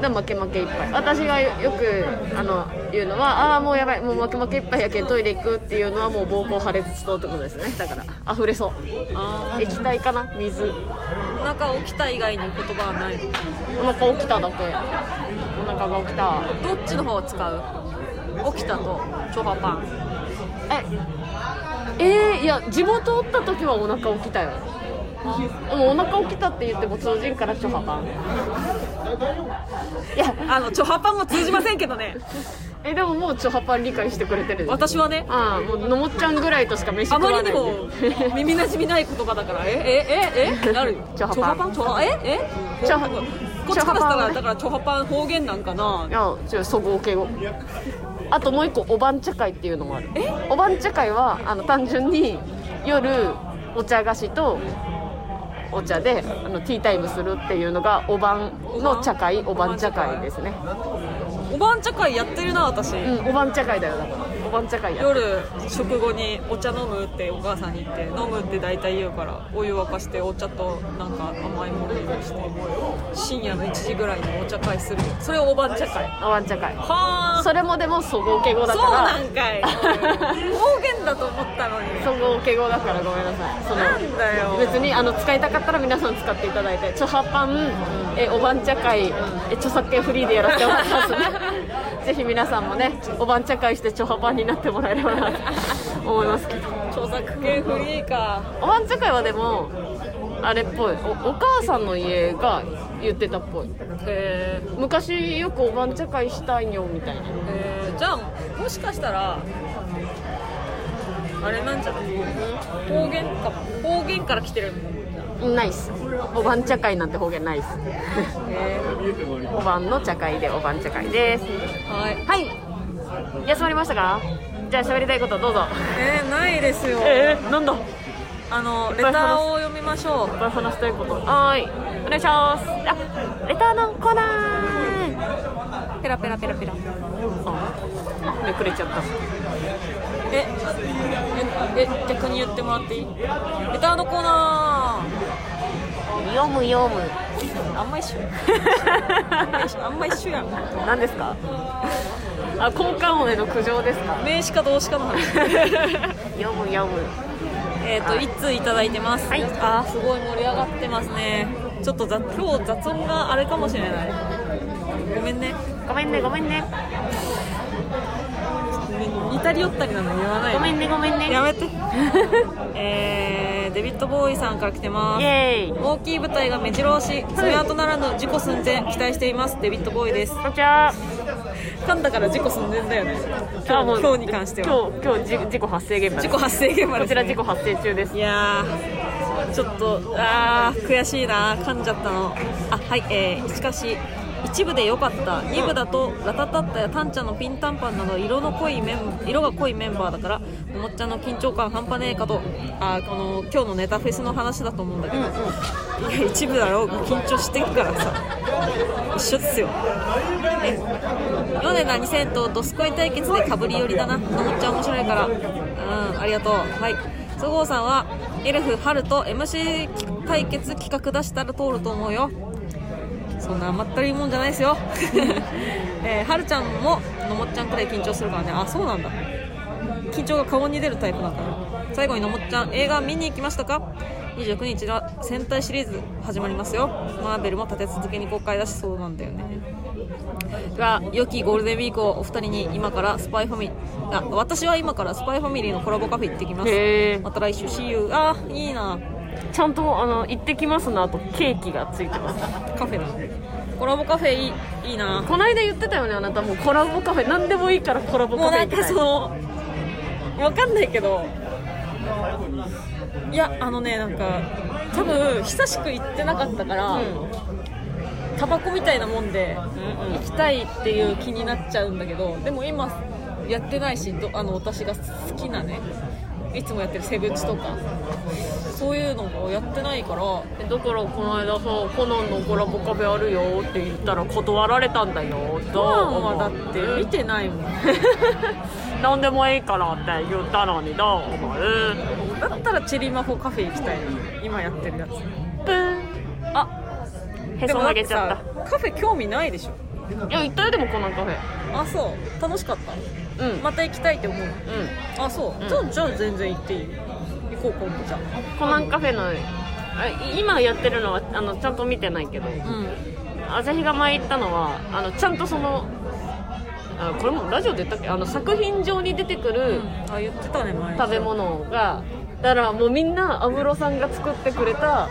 [SPEAKER 2] で負け負けいっぱい私がよくあの言うのはああーもうやばいもう負け負けいっぱいやけんトイレ行くっていうのはもう膀胱破裂しとうってことですねだから溢れそう
[SPEAKER 1] ーあ
[SPEAKER 2] 液体かな水
[SPEAKER 1] ーお腹起きた以外に言葉はないの
[SPEAKER 2] お腹起きただけお腹が起きた
[SPEAKER 1] どっちの方を使う起きたとチョハパン
[SPEAKER 2] ええー、いや地元おった時はお腹起きたよでもお腹起きたって言っても通じんからチョハパンいや
[SPEAKER 1] あのチョハパンも通じませんけどね
[SPEAKER 2] えでももうチョハパン理解してくれてるでしょ
[SPEAKER 1] [LAUGHS] 私はね
[SPEAKER 2] ああもうのもっちゃんぐらいとしか飯
[SPEAKER 1] あ
[SPEAKER 2] 食
[SPEAKER 1] ま
[SPEAKER 2] わ
[SPEAKER 1] り
[SPEAKER 2] な
[SPEAKER 1] に
[SPEAKER 2] い
[SPEAKER 1] も耳馴染みない言葉だからえええええなるよ
[SPEAKER 2] チョハパン
[SPEAKER 1] ンチョハええ
[SPEAKER 2] チョハ
[SPEAKER 1] こっちからしたらだからチョハパン方言なんかない
[SPEAKER 2] やちょそごう敬語あともう一個おばん茶会っていうのもあるおばん茶会はあの単純に夜お茶菓子とお茶であのティータイムするっていうのがおばんの茶会おばん茶会ですね
[SPEAKER 1] おばん茶会やってるな私、
[SPEAKER 2] うんおばん茶会だよだからおばん茶会や
[SPEAKER 1] 夜食後にお茶飲むってお母さんに言って飲むって大体言うからお湯沸かしてお茶となんか甘いもの用意して深夜の1時ぐらいにお茶会するよそれをおばん茶会は
[SPEAKER 2] おばん茶会
[SPEAKER 1] あ
[SPEAKER 2] それもでもそごう敬語だ
[SPEAKER 1] そう
[SPEAKER 2] か
[SPEAKER 1] な
[SPEAKER 2] ら
[SPEAKER 1] んかい方言だと思ったのに
[SPEAKER 2] そごう敬語だからごめんなさいその
[SPEAKER 1] なんだよ
[SPEAKER 2] 別にあの使いたかったら皆さん使っていただいてチョハパン、えおばん茶会、え著作権フリーでやらせてもらってます [LAUGHS] ねぜひ皆さんもねおばん茶会してチョハパンになってもらえればなと思いますけど
[SPEAKER 1] 著作権フリーか
[SPEAKER 2] おばん茶会はでもあれっぽいおお母さんの家が言ってたっぽい
[SPEAKER 1] へ
[SPEAKER 2] 昔よくおばん茶会したいよみたいな
[SPEAKER 1] えへえじゃあもしかしたらあれなんじゃない方言かも方言から来てるもん
[SPEAKER 2] ナイスおばん茶会なんて方言ないっすおばんの茶会でおばん茶会です
[SPEAKER 1] はい
[SPEAKER 2] はい休まりましたかじゃあ喋りたいことどうぞ
[SPEAKER 1] えー、ないですよ
[SPEAKER 2] えー、なんだいっ
[SPEAKER 1] あのレターを読みましょう
[SPEAKER 2] ぱい話したいことはーいお願いしますあレターのコーナー
[SPEAKER 1] ペラペラペラペラ
[SPEAKER 2] あめくれちゃった
[SPEAKER 1] えええ逆に言ってもらっていいレターのコーナ
[SPEAKER 2] 読む読む
[SPEAKER 1] ーあんま [LAUGHS] 一緒あんま一緒やん
[SPEAKER 2] 何ですかあ交換音への苦情ですか
[SPEAKER 1] 名詞か動詞かの話
[SPEAKER 2] [LAUGHS] 読む読む
[SPEAKER 1] えっと一通いただいてます、はい、あーすごい盛り上がってますねちょっと雑今日雑音があれかもしれないごめんね
[SPEAKER 2] ごめんねごめんね
[SPEAKER 1] 似たり寄ったりなの言わない
[SPEAKER 2] ご
[SPEAKER 1] で
[SPEAKER 2] めんねごめんね
[SPEAKER 1] や
[SPEAKER 2] [LAUGHS]
[SPEAKER 1] めてえー、デビッド・ボーイさんから来てます
[SPEAKER 2] イエーイ
[SPEAKER 1] 大きい舞台が目白押しそれ後ならぬ自己寸前期待していますデビッド・ボーイです
[SPEAKER 2] こんにちは
[SPEAKER 1] 噛んだから自己寸前だよね
[SPEAKER 2] あもう
[SPEAKER 1] 今日今日に関しては
[SPEAKER 2] 今日今日じ事故発生現場
[SPEAKER 1] 自
[SPEAKER 2] です
[SPEAKER 1] 己発生現場
[SPEAKER 2] こ
[SPEAKER 1] で
[SPEAKER 2] ち
[SPEAKER 1] す、ね、
[SPEAKER 2] ら事故発生中です
[SPEAKER 1] いやーちょっとあー悔しいな噛んじゃったのあはいえー、しかし一部で良かった二部だとラタタッタやタンちゃんのピンタンパンなど色の濃いメン色が濃いメンバーだからももっちゃんの緊張感半端ねえかとあーこの今日のネタフェスの話だと思うんだけど、いや一部だろうが緊張してるからさ一緒ですよヨネが2000とドスコイ対決でかぶり寄りだなのもっちゃん面白いからうんありがとうはいそごうさんはエルフ春と MC 対決企画出したら通ると思うよそんな甘ったるいもんじゃないですよ、 [LAUGHS] えー、はるちゃんものもっちゃんくらい緊張するからねあそうなんだ緊張が顔に出るタイプなんだな最後にのもっちゃん映画見に行きましたか29日が戦隊シリーズ始まりますよマーベルも立て続けに公開だしそうなんだよねが良きゴールデンウィークをお二人に今からスパイファミあ私は今からスパイファミリーのコラボカフェ行ってきます
[SPEAKER 2] へー
[SPEAKER 1] また来週 See you あいいな
[SPEAKER 2] ちゃんとあの行ってきますのあとケーキがついてます
[SPEAKER 1] カフェだコラボカフェいいいいな
[SPEAKER 2] この間言ってたよねあなたもうコラボカフェ何でもいいからコラボカ
[SPEAKER 1] もう
[SPEAKER 2] フェ行
[SPEAKER 1] なん
[SPEAKER 2] き
[SPEAKER 1] か
[SPEAKER 2] たい
[SPEAKER 1] そのわかんないけどいやあのねなんか多分久しく行ってなかったから、タバコみたいなもんで行きたいっていう気になっちゃうんだけどでも今やってないしどあの私が好きなねいつもやってるセブチとかそういうのをやってないから
[SPEAKER 2] えだからこの間さ「コナンのコラボカフェあるよ」って言ったら断られたんだよど
[SPEAKER 1] ド
[SPEAKER 2] う
[SPEAKER 1] アン
[SPEAKER 2] 思
[SPEAKER 1] は
[SPEAKER 2] う
[SPEAKER 1] だって見てないもん
[SPEAKER 2] 何でもいいからって言ったのにどう思う
[SPEAKER 1] だったらチェリーマホカフェ行きたいな今やってるやつ
[SPEAKER 2] プン
[SPEAKER 1] あ
[SPEAKER 2] へそ曲げちゃっ
[SPEAKER 1] でもだってさカフェ興味ないでしょ
[SPEAKER 2] たいや行ったよでもコナンカフェ
[SPEAKER 1] あそう楽しかった
[SPEAKER 2] うん
[SPEAKER 1] また行きたいって思う
[SPEAKER 2] うん
[SPEAKER 1] あそう、
[SPEAKER 2] うん
[SPEAKER 1] じゃあじゃあ全然行っていいよ行こう今度じゃ
[SPEAKER 2] コナンカフェのあ今やってるのはあのちゃんと見てないけど
[SPEAKER 1] あうん
[SPEAKER 2] 朝日が前行ったのはあのちゃんとそのあこれもラジオで言ったっけあの作品上に出てくる
[SPEAKER 1] あ言ってたね前
[SPEAKER 2] 食べ物がだからもうみんな安室さんが作ってくれたあ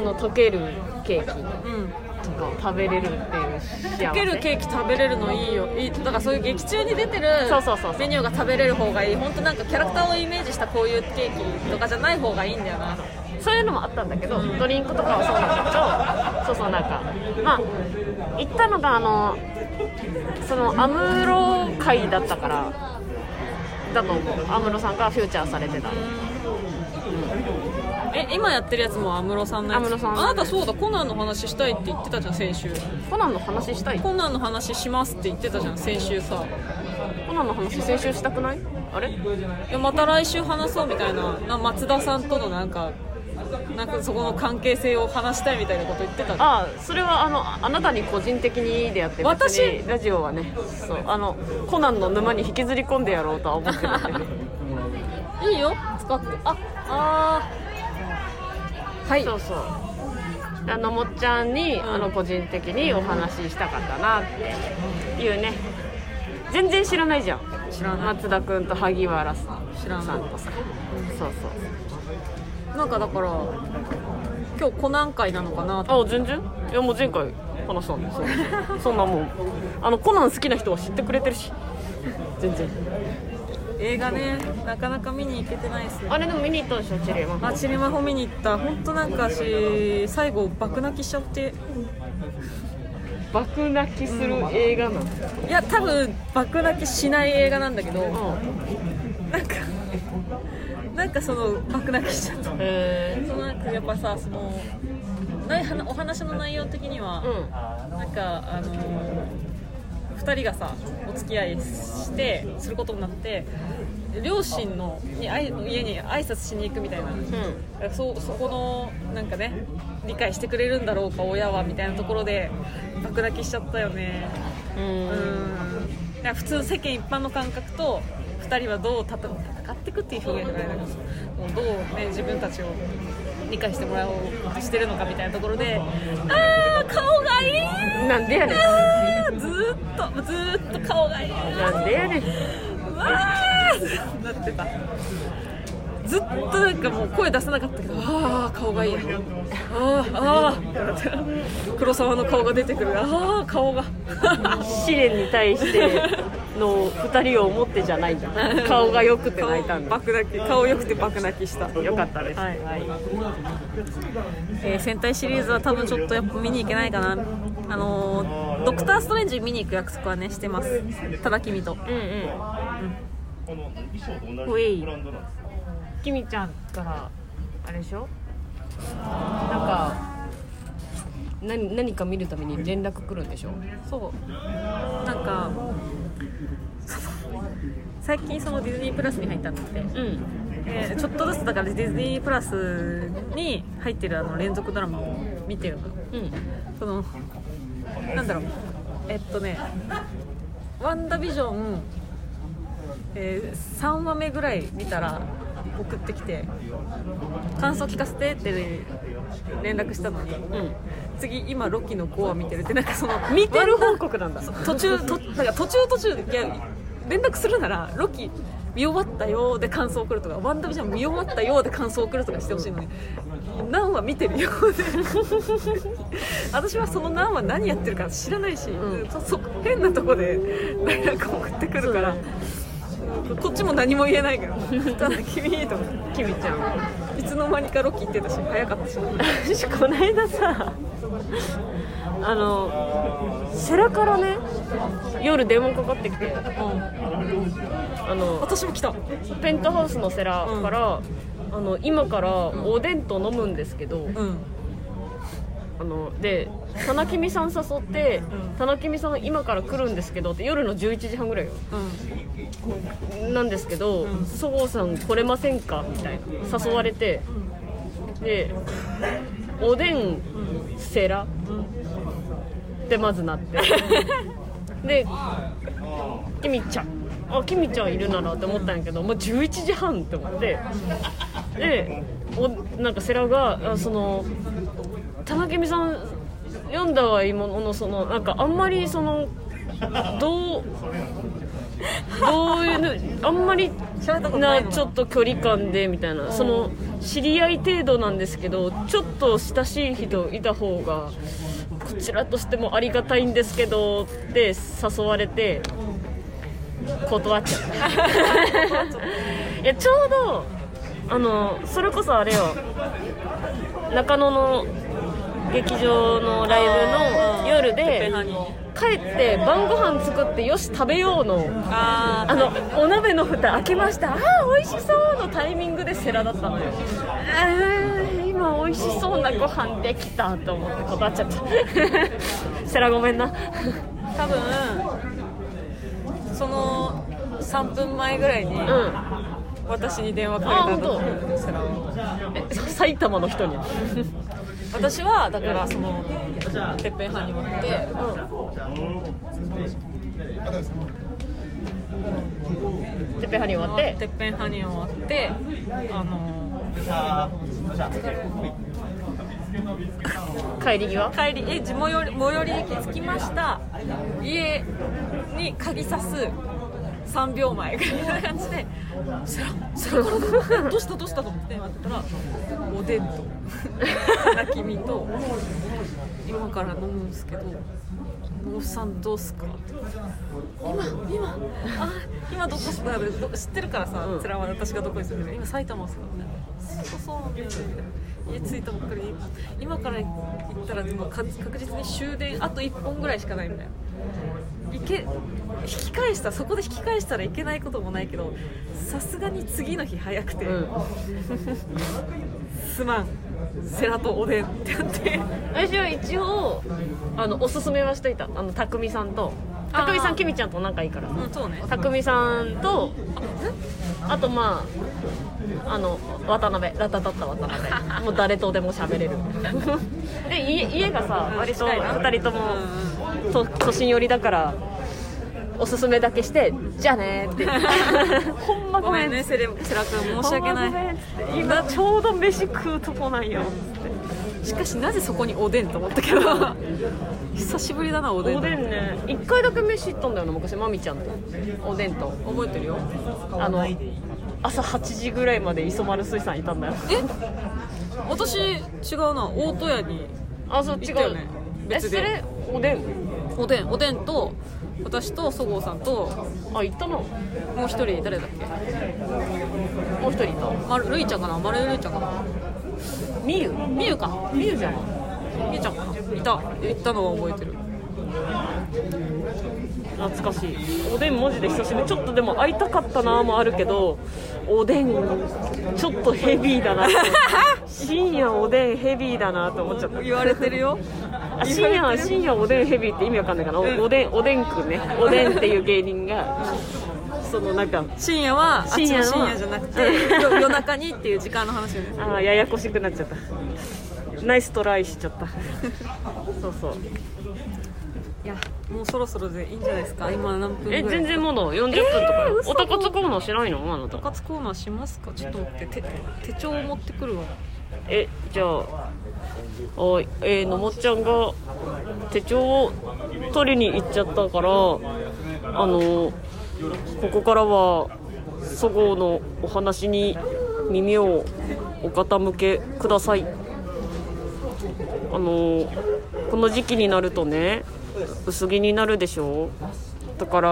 [SPEAKER 2] の溶けるケーキ
[SPEAKER 1] うん、うん、
[SPEAKER 2] とかを食べれるっていう幸せ
[SPEAKER 1] 溶けるケーキ食べれるのいいよいいだからそういう劇中に出てる
[SPEAKER 2] そうそうそうそう
[SPEAKER 1] メニューが食べれる方がいい本当なんかキャラクターをイメージしたこういうケーキとかじゃない方がいいんだよな
[SPEAKER 2] そういうのもあったんだけどドリンクとかはそうなんだけどそうそうなんかまあ行ったのがあのそのアムロ会だったからだと思うアムロさんがフューチャーされてた
[SPEAKER 1] え今やってるやつも安室さんのやつ
[SPEAKER 2] 安室さんの
[SPEAKER 1] あなたそうだコナンの話したいって言ってたじゃん先週
[SPEAKER 2] コナンの話したい
[SPEAKER 1] コナンの話しますって言ってたじゃん先週さ
[SPEAKER 2] コナンの話先週したくないあれ
[SPEAKER 1] いやまた来週話そうみたいなな松田さんとのなんかなんかそこの関係性を話したいみたいなこと言ってたじゃん
[SPEAKER 2] ああそれはあのあなたに個人的にでやって別に
[SPEAKER 1] 私
[SPEAKER 2] ラジオはねそうあのコナンの沼に引きずり込んでやろうとは思ってるんだけど
[SPEAKER 1] いいよ使ってああーはい
[SPEAKER 2] そうそうあのもっちゃんに、あの個人的にお話ししたかったなっていうね全然知らないじゃん
[SPEAKER 1] 知らない
[SPEAKER 2] 松田君と萩原さん
[SPEAKER 1] 知らない
[SPEAKER 2] さんとさそう
[SPEAKER 1] なんかだから今日コナン会なのかなと
[SPEAKER 2] そうあ全然いやもう前回話したんでそうそんなもんあのコナン好きな人は知ってくれてるし全然
[SPEAKER 1] 映画ねなかなか見に行けてないですね
[SPEAKER 2] あれでも見に行ったんでしょチリマ
[SPEAKER 1] あちりまほ見に行った本当なんかし最後爆泣きしちゃって
[SPEAKER 2] 爆泣きする映画なの、
[SPEAKER 1] いや多分爆泣きしない映画なんだけど
[SPEAKER 2] うん、
[SPEAKER 1] なんかなんかその爆泣きしちゃった
[SPEAKER 2] へ
[SPEAKER 1] そのなんかやっぱさそのない話お話の内容的には
[SPEAKER 2] ー、うん
[SPEAKER 1] なんかあの2人がさお付き合いしてすることになって両親のにあい家に挨拶しに行くみたいな
[SPEAKER 2] うん
[SPEAKER 1] そそこのなんかね理解してくれるんだろうか親はみたいなところで爆泣きしちゃったよね
[SPEAKER 2] うん
[SPEAKER 1] うんだから普通世間一般の感覚と2人はどう戦戦っていくっていう表現じゃないなもうどうね自分たちを理解してもらおうとしてるのかみたいなところでああ顔がいい
[SPEAKER 2] なんでやねん
[SPEAKER 1] あーずーっとずーっと顔がいい
[SPEAKER 2] なんでやねん
[SPEAKER 1] うわーなってたずっとなんかもう声出さなかったけどああ顔がいいああああ黒沢の顔が出てくるああ顔が
[SPEAKER 2] 試練に対しての2人を思ってじゃないんだ顔が良くて泣いたんだ
[SPEAKER 1] 爆泣き顔良くて爆泣きした
[SPEAKER 2] よかったです、
[SPEAKER 1] はいえー戦隊シリーズは多分ちょっとやっぱ見に行けないかなあのードクター・ストレンジ見に行く約束はねしてますただ君と
[SPEAKER 2] うんうん
[SPEAKER 4] この衣装と
[SPEAKER 2] ほ
[SPEAKER 4] 同
[SPEAKER 2] い
[SPEAKER 4] じブランドなんです
[SPEAKER 2] きみちゃんからあれでしょなんか何何か見るために連絡来るんでしょ
[SPEAKER 1] そうなんか最近そのディズニープラスに入ったんだって
[SPEAKER 2] うん
[SPEAKER 1] でちょっとずつだからディズニープラスに入ってるあの連続ドラマを見てるのよ
[SPEAKER 2] うん
[SPEAKER 1] そのなんだろうえっとね「ワンダビジョン」えー3話目ぐらい見たら送ってきて「感想聞かせて」って連絡したのに
[SPEAKER 2] うん
[SPEAKER 1] 次今ロキの5話見てるってなんかその
[SPEAKER 2] 見てる報告なんだ
[SPEAKER 1] 途中となんか途中途中でいや連絡するならロキ見終わったよーで感想送るとかワンダビジョン見終わったよーで感想送るとかしてほしいのに何話見てるよーで私はその何話何やってるか知らないし、
[SPEAKER 2] う
[SPEAKER 1] そそ変なとこで連絡送ってくるから、こっちも何も言えないけど「ただ君」とか
[SPEAKER 2] きみちゃん
[SPEAKER 1] いつの間にかロキ行ってたし早かったし
[SPEAKER 2] [LAUGHS] 私この間さあの世良からね夜電話かかってきて、あの
[SPEAKER 1] 私も来たうん
[SPEAKER 2] ペントハウスの世良から、あの今からおでんと飲むんですけど、あので田中みさん誘って「田中みさん今から来るんですけど」って夜の11時半ぐらいよなんですけど「そごうさん来れませんか?」みたいな誘われてで「おでんセラ」ってまずなってで「きみちゃん」あきみちゃんいるならって思ったんやけどもう11時半って思ってでおなんかセラがあその田中美さん読んだはいいもののそのなんかあんまりそのどうどういうのあんまり
[SPEAKER 1] 喋ったことな
[SPEAKER 2] ない
[SPEAKER 1] の
[SPEAKER 2] ちょっと距離感でみたいなその知り合い程度なんですけどちょっと親しい人いた方がこちらとしてもありがたいんですけどって誘われて断っちゃったいやちょうどあのそれこそあれよ中野の劇場のライブの夜で帰って晩ご飯作ってよし食べようの
[SPEAKER 1] あ
[SPEAKER 2] あのお鍋の蓋開けましたあー美味しそうのタイミングでセラだったのよあー今美味しそうなご飯できたと思って断っちゃった [LAUGHS] セラごめんな
[SPEAKER 1] あ多分その3分前ぐらいに
[SPEAKER 2] うん
[SPEAKER 1] 私に電話かけたと
[SPEAKER 2] あ本
[SPEAKER 1] セラは
[SPEAKER 2] え埼玉の人に
[SPEAKER 1] 私はだからそのてっぺん班に持って
[SPEAKER 2] てっぺんはに終わって
[SPEAKER 1] てっぺん派に終わってあの
[SPEAKER 2] 帰り際
[SPEAKER 1] 帰りえ地最寄り最寄り駅着きました家に鍵さす3秒前ぐらいな感じで「そらそらからだどうしたどうした?」と思って待ってたら「おでんと [LAUGHS] 泣き身と今から飲むんですけど」おっさんどうすかって今今あ今どこすかど知ってるからさ、つらは私がどこに住んでる今埼玉っすかみたいなそうそうなんだよ家着いたばっかりで今から行ったらでもか確実に終電あと1本ぐらいしかないみたいないけ引き返したそこで引き返したらいけないこともないけどさすがに次の日早くて、すまんセラとおでんってなって
[SPEAKER 2] 私は一応あのおすすめはしていたあのたくみさんと
[SPEAKER 1] あ
[SPEAKER 2] た
[SPEAKER 1] ー
[SPEAKER 2] くみさんきみちゃんと仲いいから
[SPEAKER 1] うんそうね
[SPEAKER 2] たくみさんとあとまああの渡辺ラタタタ渡
[SPEAKER 1] [LAUGHS]
[SPEAKER 2] 辺もう誰とでも喋れるで家家がさ
[SPEAKER 1] うん
[SPEAKER 2] 割と
[SPEAKER 1] 近いな
[SPEAKER 2] 2人と
[SPEAKER 1] うん
[SPEAKER 2] も
[SPEAKER 1] うん
[SPEAKER 2] と都心寄りだからおすすめだけしてじゃあね
[SPEAKER 1] [LAUGHS]
[SPEAKER 2] ってほんま
[SPEAKER 1] ご
[SPEAKER 2] ご
[SPEAKER 1] め
[SPEAKER 2] め
[SPEAKER 1] ん
[SPEAKER 2] ん
[SPEAKER 1] ねセレセラ君申し訳
[SPEAKER 2] ほんまご
[SPEAKER 1] な
[SPEAKER 2] めん
[SPEAKER 1] い
[SPEAKER 2] っつって今ちょうど飯食うとこなんよ
[SPEAKER 1] しかしなぜそこにおでんと思ったけど [LAUGHS] 久しぶりだなおでん
[SPEAKER 2] おでんね1回だけ飯行ったんだよな昔まみちゃんとおでんと
[SPEAKER 1] 覚えてるよ
[SPEAKER 2] あの朝8時ぐらいまで磯丸水産いたんだよ
[SPEAKER 1] え私違うな大戸屋に
[SPEAKER 2] あそう
[SPEAKER 1] 行
[SPEAKER 2] 違
[SPEAKER 1] ったよ
[SPEAKER 2] う
[SPEAKER 1] ね
[SPEAKER 2] え
[SPEAKER 1] 別
[SPEAKER 2] そ
[SPEAKER 1] で
[SPEAKER 2] れおでん
[SPEAKER 1] おでんおでんと私とそごうさんと
[SPEAKER 2] あ行ったなも
[SPEAKER 1] もう一人誰だっけ
[SPEAKER 2] う一人いた
[SPEAKER 1] まるるいちゃんかなまるるいちゃんかな
[SPEAKER 2] みゆみゆかみゆじゃん
[SPEAKER 1] みーちゃんかないた行ったのは覚えてる
[SPEAKER 2] 懐かしいおでんマジで久しぶりちょっとでも会いたかったなもあるけどおでんちょっとヘビーだ
[SPEAKER 1] [LAUGHS]
[SPEAKER 2] なって深夜おでんヘビーだなと思っちゃった
[SPEAKER 1] 言われてるよ
[SPEAKER 2] あ深夜深夜おでんヘビーって意味わかんないかな、おおでんおでんくんねおでんっていう芸人がそのなんか
[SPEAKER 1] [LAUGHS] 深夜はあっち
[SPEAKER 2] 深夜
[SPEAKER 1] の
[SPEAKER 2] は
[SPEAKER 1] 深夜じゃなくてよ夜中にっていう時間の話よね
[SPEAKER 2] あーややこしくなっちゃったナイストライしちゃった
[SPEAKER 1] [LAUGHS]
[SPEAKER 2] そうそう
[SPEAKER 1] いやもうそろそろでいいんじゃないですか今何分ぐらい
[SPEAKER 2] え
[SPEAKER 1] ですか
[SPEAKER 2] 全然まだ40分とか、おたかつコーナーしないのあな
[SPEAKER 1] 部
[SPEAKER 2] た
[SPEAKER 1] 活コーナーしますかちょっと待って手手帳を持ってくるわ
[SPEAKER 2] えじゃあおいえーのもっちゃんが手帳を取りに行っちゃったからあのここからはそごうのお話に耳をお傾けくださいあのこの時期になるとね薄着になるでしょだから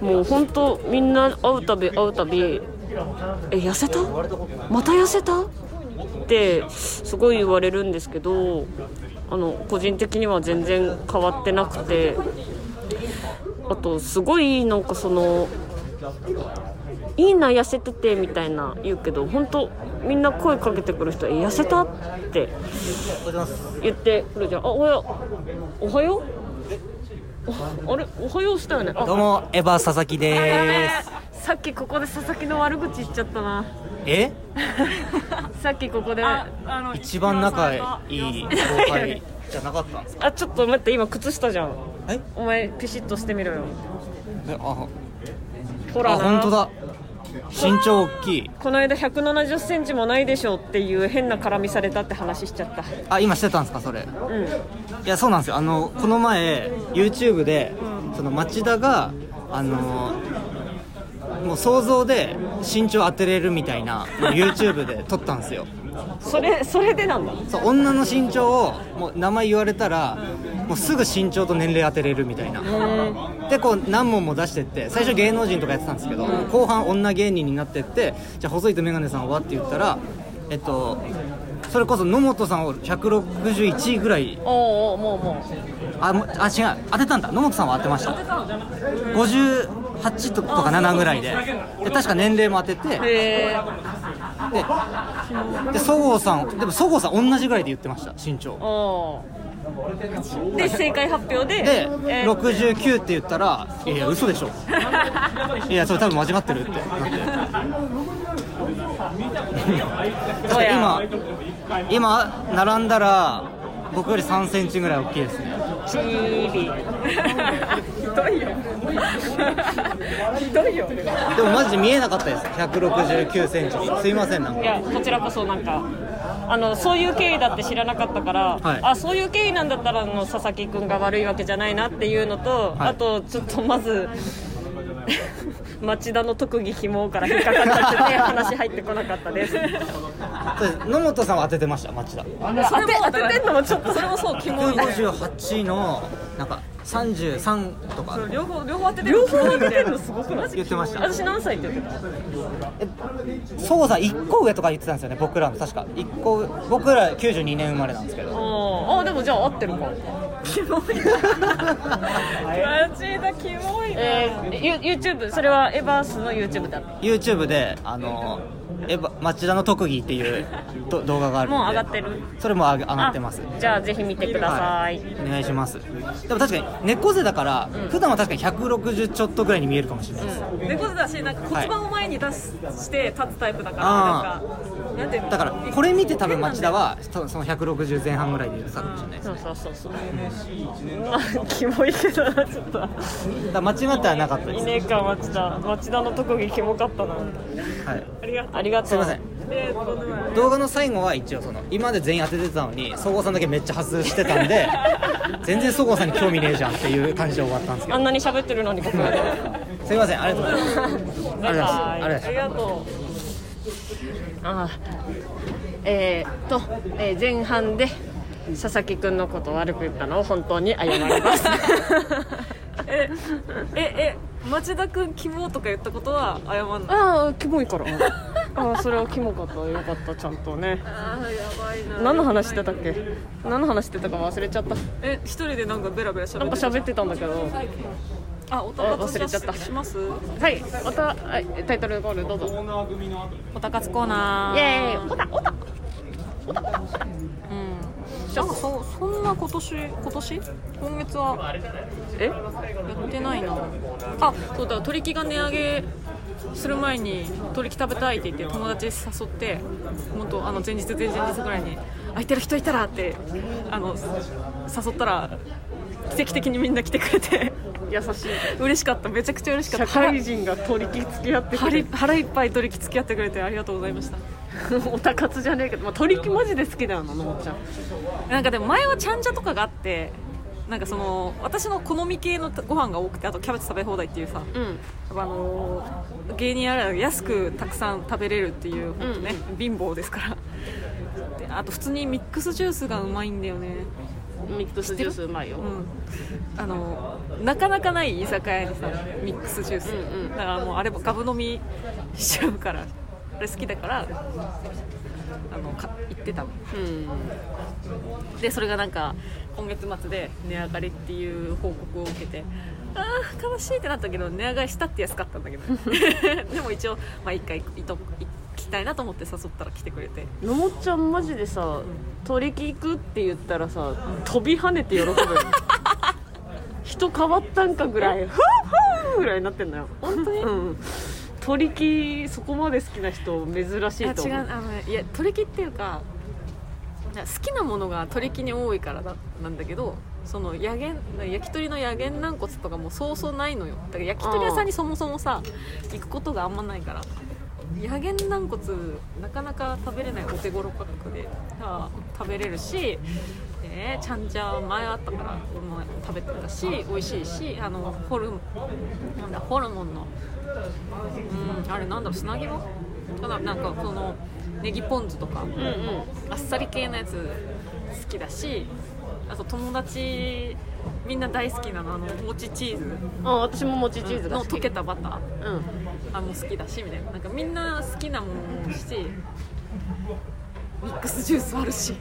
[SPEAKER 2] もう本当みんな会うたび会うたびえ痩せたまた痩せたってすごい言われるんですけどあの個人的には全然変わってなくてあとすごいなんかそのいいな痩せててみたいな言うけど本当みんな声かけてくる人「え痩せた?」って言ってくるじゃん「あおはようおはようああれおはようしたよねあ
[SPEAKER 5] どうも、エヴァ佐々木で
[SPEAKER 2] さっきここで佐々木の悪口言っちゃったな
[SPEAKER 5] す。え
[SPEAKER 2] さっきここであ
[SPEAKER 1] あの
[SPEAKER 5] 一番仲いい後輩じゃなかったんですか
[SPEAKER 2] ちょっと待って今靴下じゃん
[SPEAKER 5] え
[SPEAKER 2] お前ピシッとしてみろよ
[SPEAKER 5] えあ、
[SPEAKER 2] ほら
[SPEAKER 5] あ、
[SPEAKER 2] な
[SPEAKER 5] 本当だ。身長大きい。
[SPEAKER 2] この間1 7 0センチもないでしょうっていう変な絡みされたって話しちゃった
[SPEAKER 5] あ、今してたんですか、それ。
[SPEAKER 2] うん
[SPEAKER 5] いや、そうなんですよ。あの、この前、YouTube で、その町田が、あのもう想像で身長当てれるみたいなのを YouTube で撮ったんですよ
[SPEAKER 2] それそれでなんだ
[SPEAKER 5] そう女の身長をもう名前言われたらもうすぐ身長と年齢当てれるみたいなでこう何問も出してって最初芸能人とかやってたんですけど後半女芸人になってってじゃあ細いと眼鏡さんはって言ったらえっとそれこそ野本さんを161位ぐらい
[SPEAKER 2] おうおうもうも
[SPEAKER 5] あもあ違う当てたんだ野本さんは当てました58とか7ぐらいでで確か年齢も当てて
[SPEAKER 2] う
[SPEAKER 5] で
[SPEAKER 2] へえ
[SPEAKER 5] でそごうさんでもそごうさん同じぐらいで言ってました身長
[SPEAKER 2] おうで正解発表で
[SPEAKER 5] で、
[SPEAKER 2] えー
[SPEAKER 5] 69って言ったら「いやいや嘘でしょ」いやそれ多分間違ってる」ってなって
[SPEAKER 2] どうや
[SPEAKER 5] 今今並んだら僕より3センチぐらい大きいですね
[SPEAKER 2] チービ
[SPEAKER 1] ひどいよひどいよ
[SPEAKER 5] でもマジで見えなかったです169センチにすいませんなん
[SPEAKER 2] い
[SPEAKER 5] か
[SPEAKER 2] やこちらこそなんかあのそういう経緯だって知らなかったから、
[SPEAKER 5] はい
[SPEAKER 2] あそういう経緯なんだったらあの佐々木君が悪いわけじゃないなっていうのと、
[SPEAKER 5] はい
[SPEAKER 2] あとちょっとまず [LAUGHS] 町田の特技ひもから引っかかっちゃってて話入ってこなかったです
[SPEAKER 5] そうです野本さんは当ててました町田
[SPEAKER 2] 当て当ててんのもちょっと
[SPEAKER 1] それもそうキモいね
[SPEAKER 5] 158のなんか33とか
[SPEAKER 1] 両方両方当ててる
[SPEAKER 2] 両方当ててんのすごくない
[SPEAKER 5] 言ってました
[SPEAKER 2] 私何歳って言ってた
[SPEAKER 5] そうさん1個上とか言ってたんですよね僕らの確か一個僕ら92年生まれなんですけど
[SPEAKER 2] ああでもじゃあ合ってるか
[SPEAKER 1] キモいマジだキモいね
[SPEAKER 2] えー、ユ YouTube それはエバースの YouTube だ
[SPEAKER 5] YouTube であのエヴァ町田の特技っていうど動画があるんで
[SPEAKER 2] もう上がってる
[SPEAKER 5] それも上げ上がってます
[SPEAKER 2] じゃあぜひ見てください、
[SPEAKER 5] お願いしますでも確かに猫背だから、普段は確かに160ちょっとぐらいに見えるかもしれないです、
[SPEAKER 1] 猫背だしなんか骨盤を前に出し,、て立つタイプだから
[SPEAKER 5] あ
[SPEAKER 1] なんかなんていうの
[SPEAKER 5] だからこれ見て多分町田は多分その160前半ぐらいで言ってたかもしれないです、
[SPEAKER 2] そうそうそうそう。まあ、キモいけどな、ちょっと。
[SPEAKER 5] だから間違ってはなかったで
[SPEAKER 2] い
[SPEAKER 5] す、
[SPEAKER 2] ねえか、町田。町田の特技キモかったな。
[SPEAKER 5] はい、
[SPEAKER 2] ありがとう。ありがとう。
[SPEAKER 5] すいません
[SPEAKER 1] えーとどうだろう
[SPEAKER 5] 動画の最後は一応その今まで全員当ててたのにそごうさんだけめっちゃ外してた
[SPEAKER 2] [LAUGHS]
[SPEAKER 5] んで全然そごうさんに興味ねえじゃんっていう感じで終わったんですけ
[SPEAKER 2] あんなに喋ってるのに、ここまで。
[SPEAKER 5] どすいませんありがとうございま
[SPEAKER 2] [LAUGHS]
[SPEAKER 5] す
[SPEAKER 2] バイバイ。
[SPEAKER 5] ありがとうございます
[SPEAKER 2] ありがとう。ああ。えー、と、えー前半で。佐々木くんのことを悪く言ったのを本当に謝ります。
[SPEAKER 1] えええ町田君キモとか言ったことは謝んない
[SPEAKER 2] ああ、キモい [LAUGHS] から。ああ、それはキモかった。よかった、ちゃんとね。
[SPEAKER 1] あーやばいな
[SPEAKER 2] 何の話してたっけ何の話してたか忘れちゃった。
[SPEAKER 1] え一人でなんかベラベラしゃべ
[SPEAKER 2] なんか喋ってたんだけど。
[SPEAKER 1] あおたかつ
[SPEAKER 2] 忘れちゃった
[SPEAKER 1] します
[SPEAKER 2] はい、またはいタイトルコールどうぞ。
[SPEAKER 1] おたかつコーナ
[SPEAKER 2] イ
[SPEAKER 1] ー
[SPEAKER 2] エーイ、おたおた
[SPEAKER 1] うんなんかそそんな今年今年今月は
[SPEAKER 2] え
[SPEAKER 1] やってないなあそうだ取り木が値上げする前に取り木食べたいって言って友達誘って本当あの前日前々日ぐらいに空いてる人いたらってあの誘ったら奇跡的にみんな来てくれて
[SPEAKER 2] 優しい。
[SPEAKER 1] 嬉しかっためちゃくちゃ嬉しか
[SPEAKER 2] 社
[SPEAKER 1] った腹
[SPEAKER 2] 会人が取り引き付き合ってく
[SPEAKER 1] 腹い
[SPEAKER 2] れ
[SPEAKER 1] っ腹いっぱい取り木付き合ってくれてありがとうございました
[SPEAKER 2] おたかつじゃねえけど、まあ、取り引きマジで好きだよな、のもちゃん。
[SPEAKER 1] なんかでも前はちゃんじゃとかがあってなんかその私の好み系のご飯が多くてあとキャベツ食べ放題っていうさ、
[SPEAKER 2] うん。
[SPEAKER 1] あのー芸人あるある安くたくさん食べれるっていう本当ね、貧乏ですからであと普通にミックスジュースがうまいんだよね
[SPEAKER 2] ミックスジュースうまいよ
[SPEAKER 1] うん、あのなかなかない居酒屋にさミックスジュース、
[SPEAKER 2] うんうん
[SPEAKER 1] だからもうあれもガブ飲みしちゃうからあれ好きだからあのか行ってたの
[SPEAKER 2] うん
[SPEAKER 1] でそれがなんか今月末で値上がりっていう報告を受けてああ悲しいってなったけど値上がりしたって安かったんだけど [LAUGHS] でも一応まあ一回行っと行きたいなと思って誘ったら来てくれて
[SPEAKER 2] のもちゃんマジでさ取り木行くって言ったらさ飛び跳ねて喜 [LAUGHS] ぶよ人変わったんかぐらいフーフーぐらいになってんのよ本当にうん取り木そこまで好きな人珍しいと
[SPEAKER 1] あ
[SPEAKER 2] 思
[SPEAKER 1] 違う
[SPEAKER 2] う
[SPEAKER 1] あのねいや取り木っていうかいや好きなものが取り木に多いからだなんだけどその野源焼き鳥の野源軟骨とかもそうそうないのよだから焼き鳥屋さんにそもそもさ行くことがあんまないから野源軟骨なかなか食べれないお手頃価格であ食べれるしでちゃんじゃ前あったから俺も食べてたし美味しいしあのホルなんだホルモンのうんあれなんだろう砂肝ただなんかそのネギポン酢とか、
[SPEAKER 2] うんうん
[SPEAKER 1] あっさり系のやつ好きだしあと友達みんな大好きなのあの餅チーズ
[SPEAKER 2] あ私も餅チーズが
[SPEAKER 1] の
[SPEAKER 2] 好き
[SPEAKER 1] 溶けたバター
[SPEAKER 2] うん
[SPEAKER 1] あもう好きだしみたいななんかみんな好きなものをしてミックスジュースあるし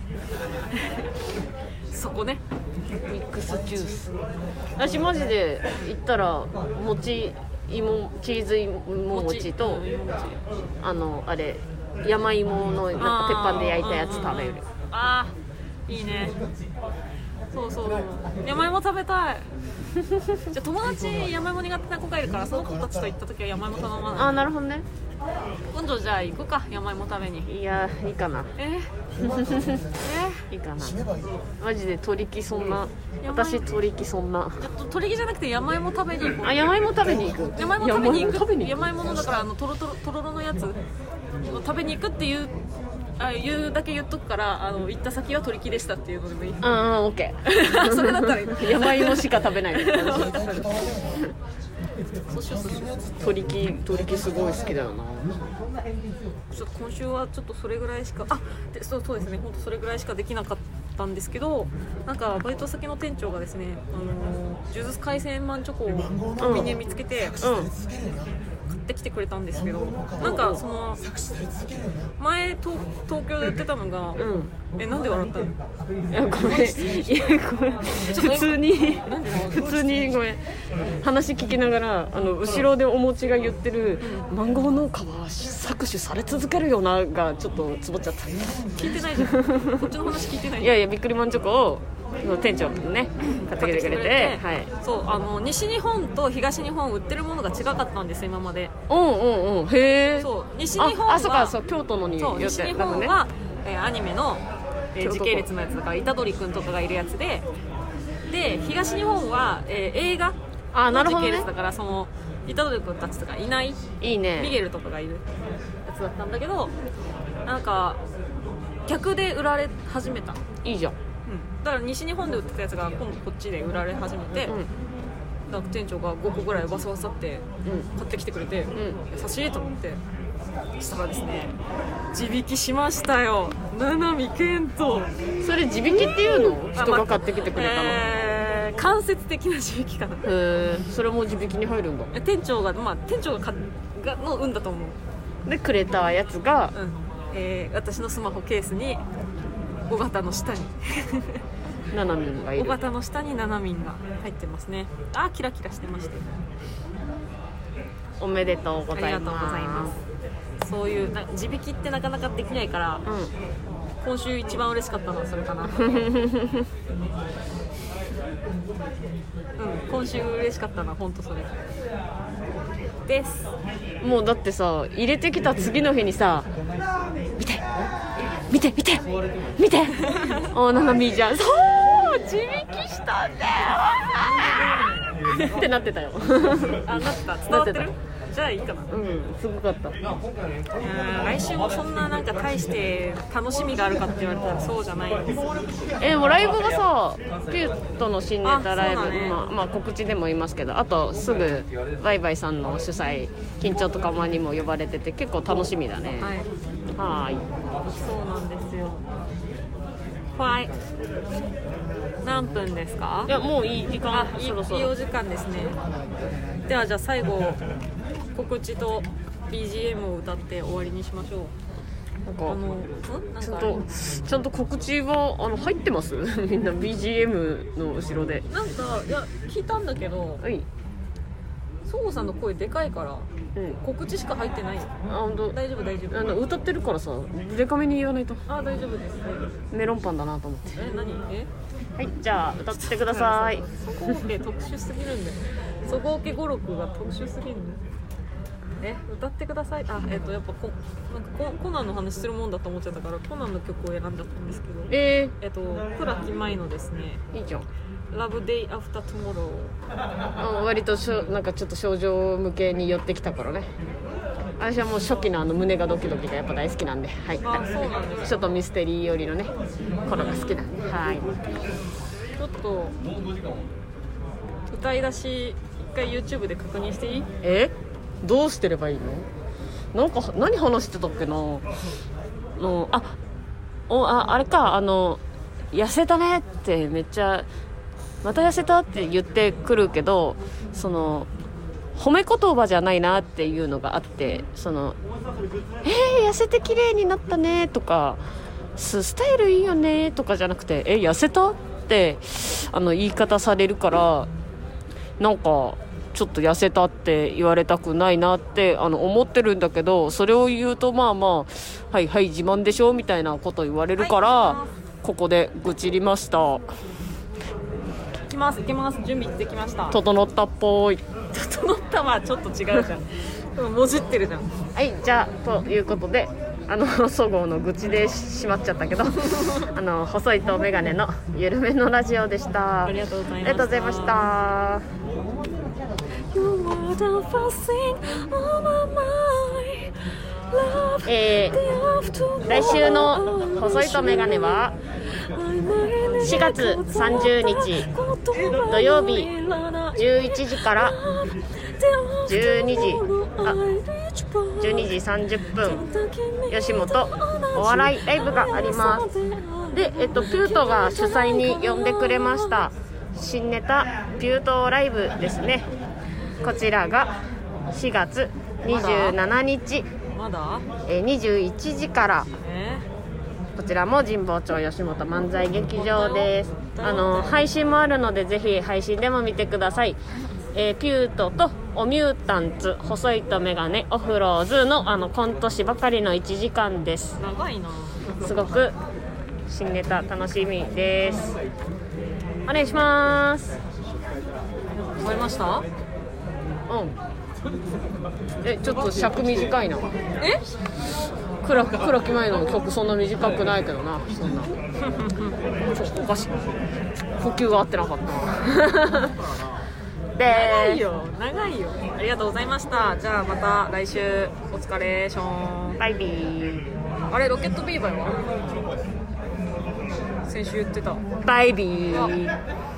[SPEAKER 1] [LAUGHS] そこね
[SPEAKER 2] ミックスジュース私マジで行ったら餅芋チーズ芋餅と
[SPEAKER 1] うん餅
[SPEAKER 2] あのあれ山芋のなんか鉄板で焼いたやつ食べる
[SPEAKER 1] あーいいねそうそう山芋食べたいじゃあ友達山芋苦手な子がいるからその子たちと行った時は山芋頼ま
[SPEAKER 2] あ
[SPEAKER 1] ない
[SPEAKER 2] あなるほどね
[SPEAKER 1] 今度じゃあ行こうか山芋食べに
[SPEAKER 2] いやいいかな
[SPEAKER 1] えー、
[SPEAKER 2] いいかなマジで取り木そんな私取り木そんな
[SPEAKER 1] えー、ちょっと鳥木じゃなくて山芋食べに行こ
[SPEAKER 2] あ
[SPEAKER 1] う
[SPEAKER 2] 山芋食べに行く
[SPEAKER 1] 山芋食べに行
[SPEAKER 2] 山芋
[SPEAKER 1] く
[SPEAKER 2] 食べに行く
[SPEAKER 1] 山芋のだからあのとろとろとろろのやつを食べに行くっていうあ言うだけ言っとくからあの行った先は鳥木でしたっていうのでもいい
[SPEAKER 2] うんうんオッケ [LAUGHS]
[SPEAKER 1] それだったらいい
[SPEAKER 2] ー山芋しか食べない [LAUGHS]
[SPEAKER 1] そうしようそうしよう
[SPEAKER 2] 取り木取り木すごい好きだよな
[SPEAKER 1] ちょっと今週はちょっとそれぐらいしかあでそうそうですね本当それぐらいしかできなかったんですけどなんかバイト先の店長がですねあのージュース海鮮マンチョコをコンビニで見つけて、
[SPEAKER 2] う
[SPEAKER 1] 買ってきてくれたんですけどなんかその前東東京で売ってたのが、
[SPEAKER 2] んうん
[SPEAKER 1] えなんで笑ったの
[SPEAKER 2] いやごめんいやごめん普通に普通にごめん話聞きながらあの後ろでお餅が言ってる「マンゴー農家は搾取され続けるよな」がちょっとつぼっちゃったい
[SPEAKER 1] 聞いてないじゃんこっちの話聞いてないじゃん
[SPEAKER 2] やいやびっくりマンチョコをその店長がね買ってきてくれてはい
[SPEAKER 1] そうあの西日本と東日本売ってるものが違かったんです今まで
[SPEAKER 2] うんうんうんへえ
[SPEAKER 1] そう西日
[SPEAKER 2] あ
[SPEAKER 1] 本は
[SPEAKER 2] あそうかそう京都のに
[SPEAKER 1] そう西日本
[SPEAKER 2] ね
[SPEAKER 1] は、えーアニメの、えー
[SPEAKER 2] 京都
[SPEAKER 1] 時
[SPEAKER 2] 校
[SPEAKER 1] 系列のやつだから虎杖君とかがいるやつでで東日本は、えー映画
[SPEAKER 2] あな
[SPEAKER 1] の
[SPEAKER 2] る
[SPEAKER 1] 時
[SPEAKER 2] ほど
[SPEAKER 1] 系
[SPEAKER 2] ね
[SPEAKER 1] 列だからその虎杖君たちとかいない
[SPEAKER 2] いい
[SPEAKER 1] ミ
[SPEAKER 2] ね
[SPEAKER 1] ゲルとかがいるやつだったんだけどなんか逆で売られ始めた、うん、
[SPEAKER 2] いいじゃん
[SPEAKER 1] だから西日本で売ってたやつが今度こっちで売られ始めて、
[SPEAKER 2] うん
[SPEAKER 1] なんか店長が5個ぐらいわさわさって
[SPEAKER 2] う
[SPEAKER 1] 買ってきてくれて、
[SPEAKER 2] ん
[SPEAKER 1] 優しいと思ってそしたらですね地引きしましたよ七海健人
[SPEAKER 2] んそれ地引きっていうの
[SPEAKER 1] あ
[SPEAKER 2] 人が買ってきてくれたの、
[SPEAKER 1] えー間接的な地引きかな
[SPEAKER 2] へえそれも地引きに入るんだ
[SPEAKER 1] え店長がまあ店長が買っがの運だと思う
[SPEAKER 2] でくれたやつが
[SPEAKER 1] うんえー私のスマホケースに尾形の下に
[SPEAKER 2] ナナミンがい
[SPEAKER 1] 尾
[SPEAKER 2] る
[SPEAKER 1] 形の下にナナミンが入ってますねあーキラキラしてました
[SPEAKER 2] おめでとうご
[SPEAKER 1] あり
[SPEAKER 2] ざ
[SPEAKER 1] が
[SPEAKER 2] い
[SPEAKER 1] とうござい
[SPEAKER 2] ま
[SPEAKER 1] ますすそういうな地引きってなかなかできないから今週一番嬉しかったのはそれかなうん今週嬉しかったのは本当それです
[SPEAKER 2] うん、もうだってさ入れてきた次の日にさ見て見て見
[SPEAKER 1] [LAUGHS]
[SPEAKER 2] て見ておナナミンじゃんそう地引きしたんだよってなってた
[SPEAKER 1] [LAUGHS]
[SPEAKER 2] よ
[SPEAKER 1] あなった伝わって
[SPEAKER 2] なっ
[SPEAKER 1] る
[SPEAKER 2] て
[SPEAKER 1] じゃあいいかな
[SPEAKER 2] うんすごかった
[SPEAKER 1] いやー来週もそんななんか大して楽しみがあるかって言われたらそうじゃないです
[SPEAKER 2] えもうライブがさピュットの新ネタライ
[SPEAKER 1] あそ
[SPEAKER 2] ブ、
[SPEAKER 1] うだね
[SPEAKER 2] まあ、まあ告知でも言いますけどあとすぐバイバイさんの主催緊張とかまにも呼ばれてて結構楽しみだねは
[SPEAKER 1] はい
[SPEAKER 2] ーい
[SPEAKER 1] そうなんですよはい何分ですか
[SPEAKER 2] いやもういい時間
[SPEAKER 1] あいい
[SPEAKER 2] そろそ
[SPEAKER 1] いい
[SPEAKER 2] ろ
[SPEAKER 1] お時間ですねではじゃあ最後告知と BGM を歌って終わりにしましょう
[SPEAKER 2] なんか
[SPEAKER 1] あのんなん
[SPEAKER 2] ちゃ
[SPEAKER 1] か
[SPEAKER 2] ん
[SPEAKER 1] ある
[SPEAKER 2] とちゃんと告知はあの入ってます [LAUGHS] みんな BGM の後ろで
[SPEAKER 1] なんかいや聞いたんだけど
[SPEAKER 2] はい
[SPEAKER 1] そごさんの声でかいから
[SPEAKER 2] うん
[SPEAKER 1] 告知しか入ってないよ
[SPEAKER 2] あ本当
[SPEAKER 1] 大丈夫大丈
[SPEAKER 2] あ
[SPEAKER 1] 夫
[SPEAKER 2] の歌ってるからさデカめに言わないと
[SPEAKER 1] あ大丈夫です
[SPEAKER 2] メロンパンだなと思って
[SPEAKER 1] え何え
[SPEAKER 2] はいじゃあ歌ってください
[SPEAKER 1] そこ系特殊すぎるんだよそこ系語録が特殊すぎるんだよえ歌ってくださいあえっ、とやっぱこなんかココナンの話するもんだと思っちゃったからコナンの曲を選んじゃったんですけど
[SPEAKER 2] え
[SPEAKER 1] えっと、倉木舞のですね、
[SPEAKER 2] ー、いいじゃん
[SPEAKER 1] ラブデイアフタートゥモロ
[SPEAKER 2] あ割としょなんかちょっと症状向けに寄ってきたからね私はもう初期のあの胸がドキドキがやっぱ大好きなんで、はい、
[SPEAKER 1] あそうなんです
[SPEAKER 2] ちょっとミステリー寄りのね頃が好きなんではい
[SPEAKER 1] ー、ちょっと歌い出し、一回 YouTube で確認していい
[SPEAKER 2] えどうしてればいいのなんか何話してたっけなのあおああれかあの「痩せたね」ってめっちゃ「また痩せた」って言ってくるけどその褒め言葉じゃないなっていうのがあってその「えー、痩せて綺麗になったね」とかス「スタイルいいよね」とかじゃなくて「え痩せた?」ってあの言い方されるからなんかちょっと痩せたって言われたくないなってあの思ってるんだけどそれを言うとまあまあはいはい自慢でしょみたいなこと言われるから、
[SPEAKER 1] は
[SPEAKER 2] ここで愚痴りました
[SPEAKER 1] いきます、いきます、準備できました。
[SPEAKER 2] 整ったっぽい
[SPEAKER 1] 整ったはちょっと違うじゃん。でももじってるじゃん。
[SPEAKER 2] はいじゃあということであの [LAUGHS] そごうの愚痴でしまっちゃったけど [LAUGHS] あの細いとメガネの緩めのラジオでした
[SPEAKER 1] ありがとうございま
[SPEAKER 2] あ
[SPEAKER 1] した
[SPEAKER 2] りがとうございました。
[SPEAKER 1] You are the first thing on my mind. Love
[SPEAKER 2] え
[SPEAKER 1] the afternoon.
[SPEAKER 2] ー、来週の細いとメガネは
[SPEAKER 1] 4
[SPEAKER 2] 4月30日
[SPEAKER 1] 土
[SPEAKER 2] 土曜日11時から12時あ12時30分吉本お笑いライブがありますで、えっと、ピュートが主催に呼んでくれました新ネタ「ピュートライブ」ですねこちらが4月27日、
[SPEAKER 1] まだ
[SPEAKER 2] えー21時から
[SPEAKER 1] え
[SPEAKER 2] こちらも神保町吉本漫才劇場ですあの配信もあるのでぜひ配信でも見てください、えーピュートとオミュータンツ細いとメガネオフローズのあのコント師ばかりの1時間です
[SPEAKER 1] 長いな
[SPEAKER 2] すごく新ネタ楽しみですお願いします
[SPEAKER 1] 終わりました
[SPEAKER 2] うんえちょっと尺短いな
[SPEAKER 1] え
[SPEAKER 2] 黒木黒木舞の曲そんな短くないけどなそんなちょっとおかしい呼吸が合ってなかったな
[SPEAKER 1] 長
[SPEAKER 2] で
[SPEAKER 1] いよ長いよありがとうございましたじゃあまた来週お疲れショーン
[SPEAKER 2] バイビー
[SPEAKER 1] あれロケットビーバーは先週言ってた
[SPEAKER 2] バイビー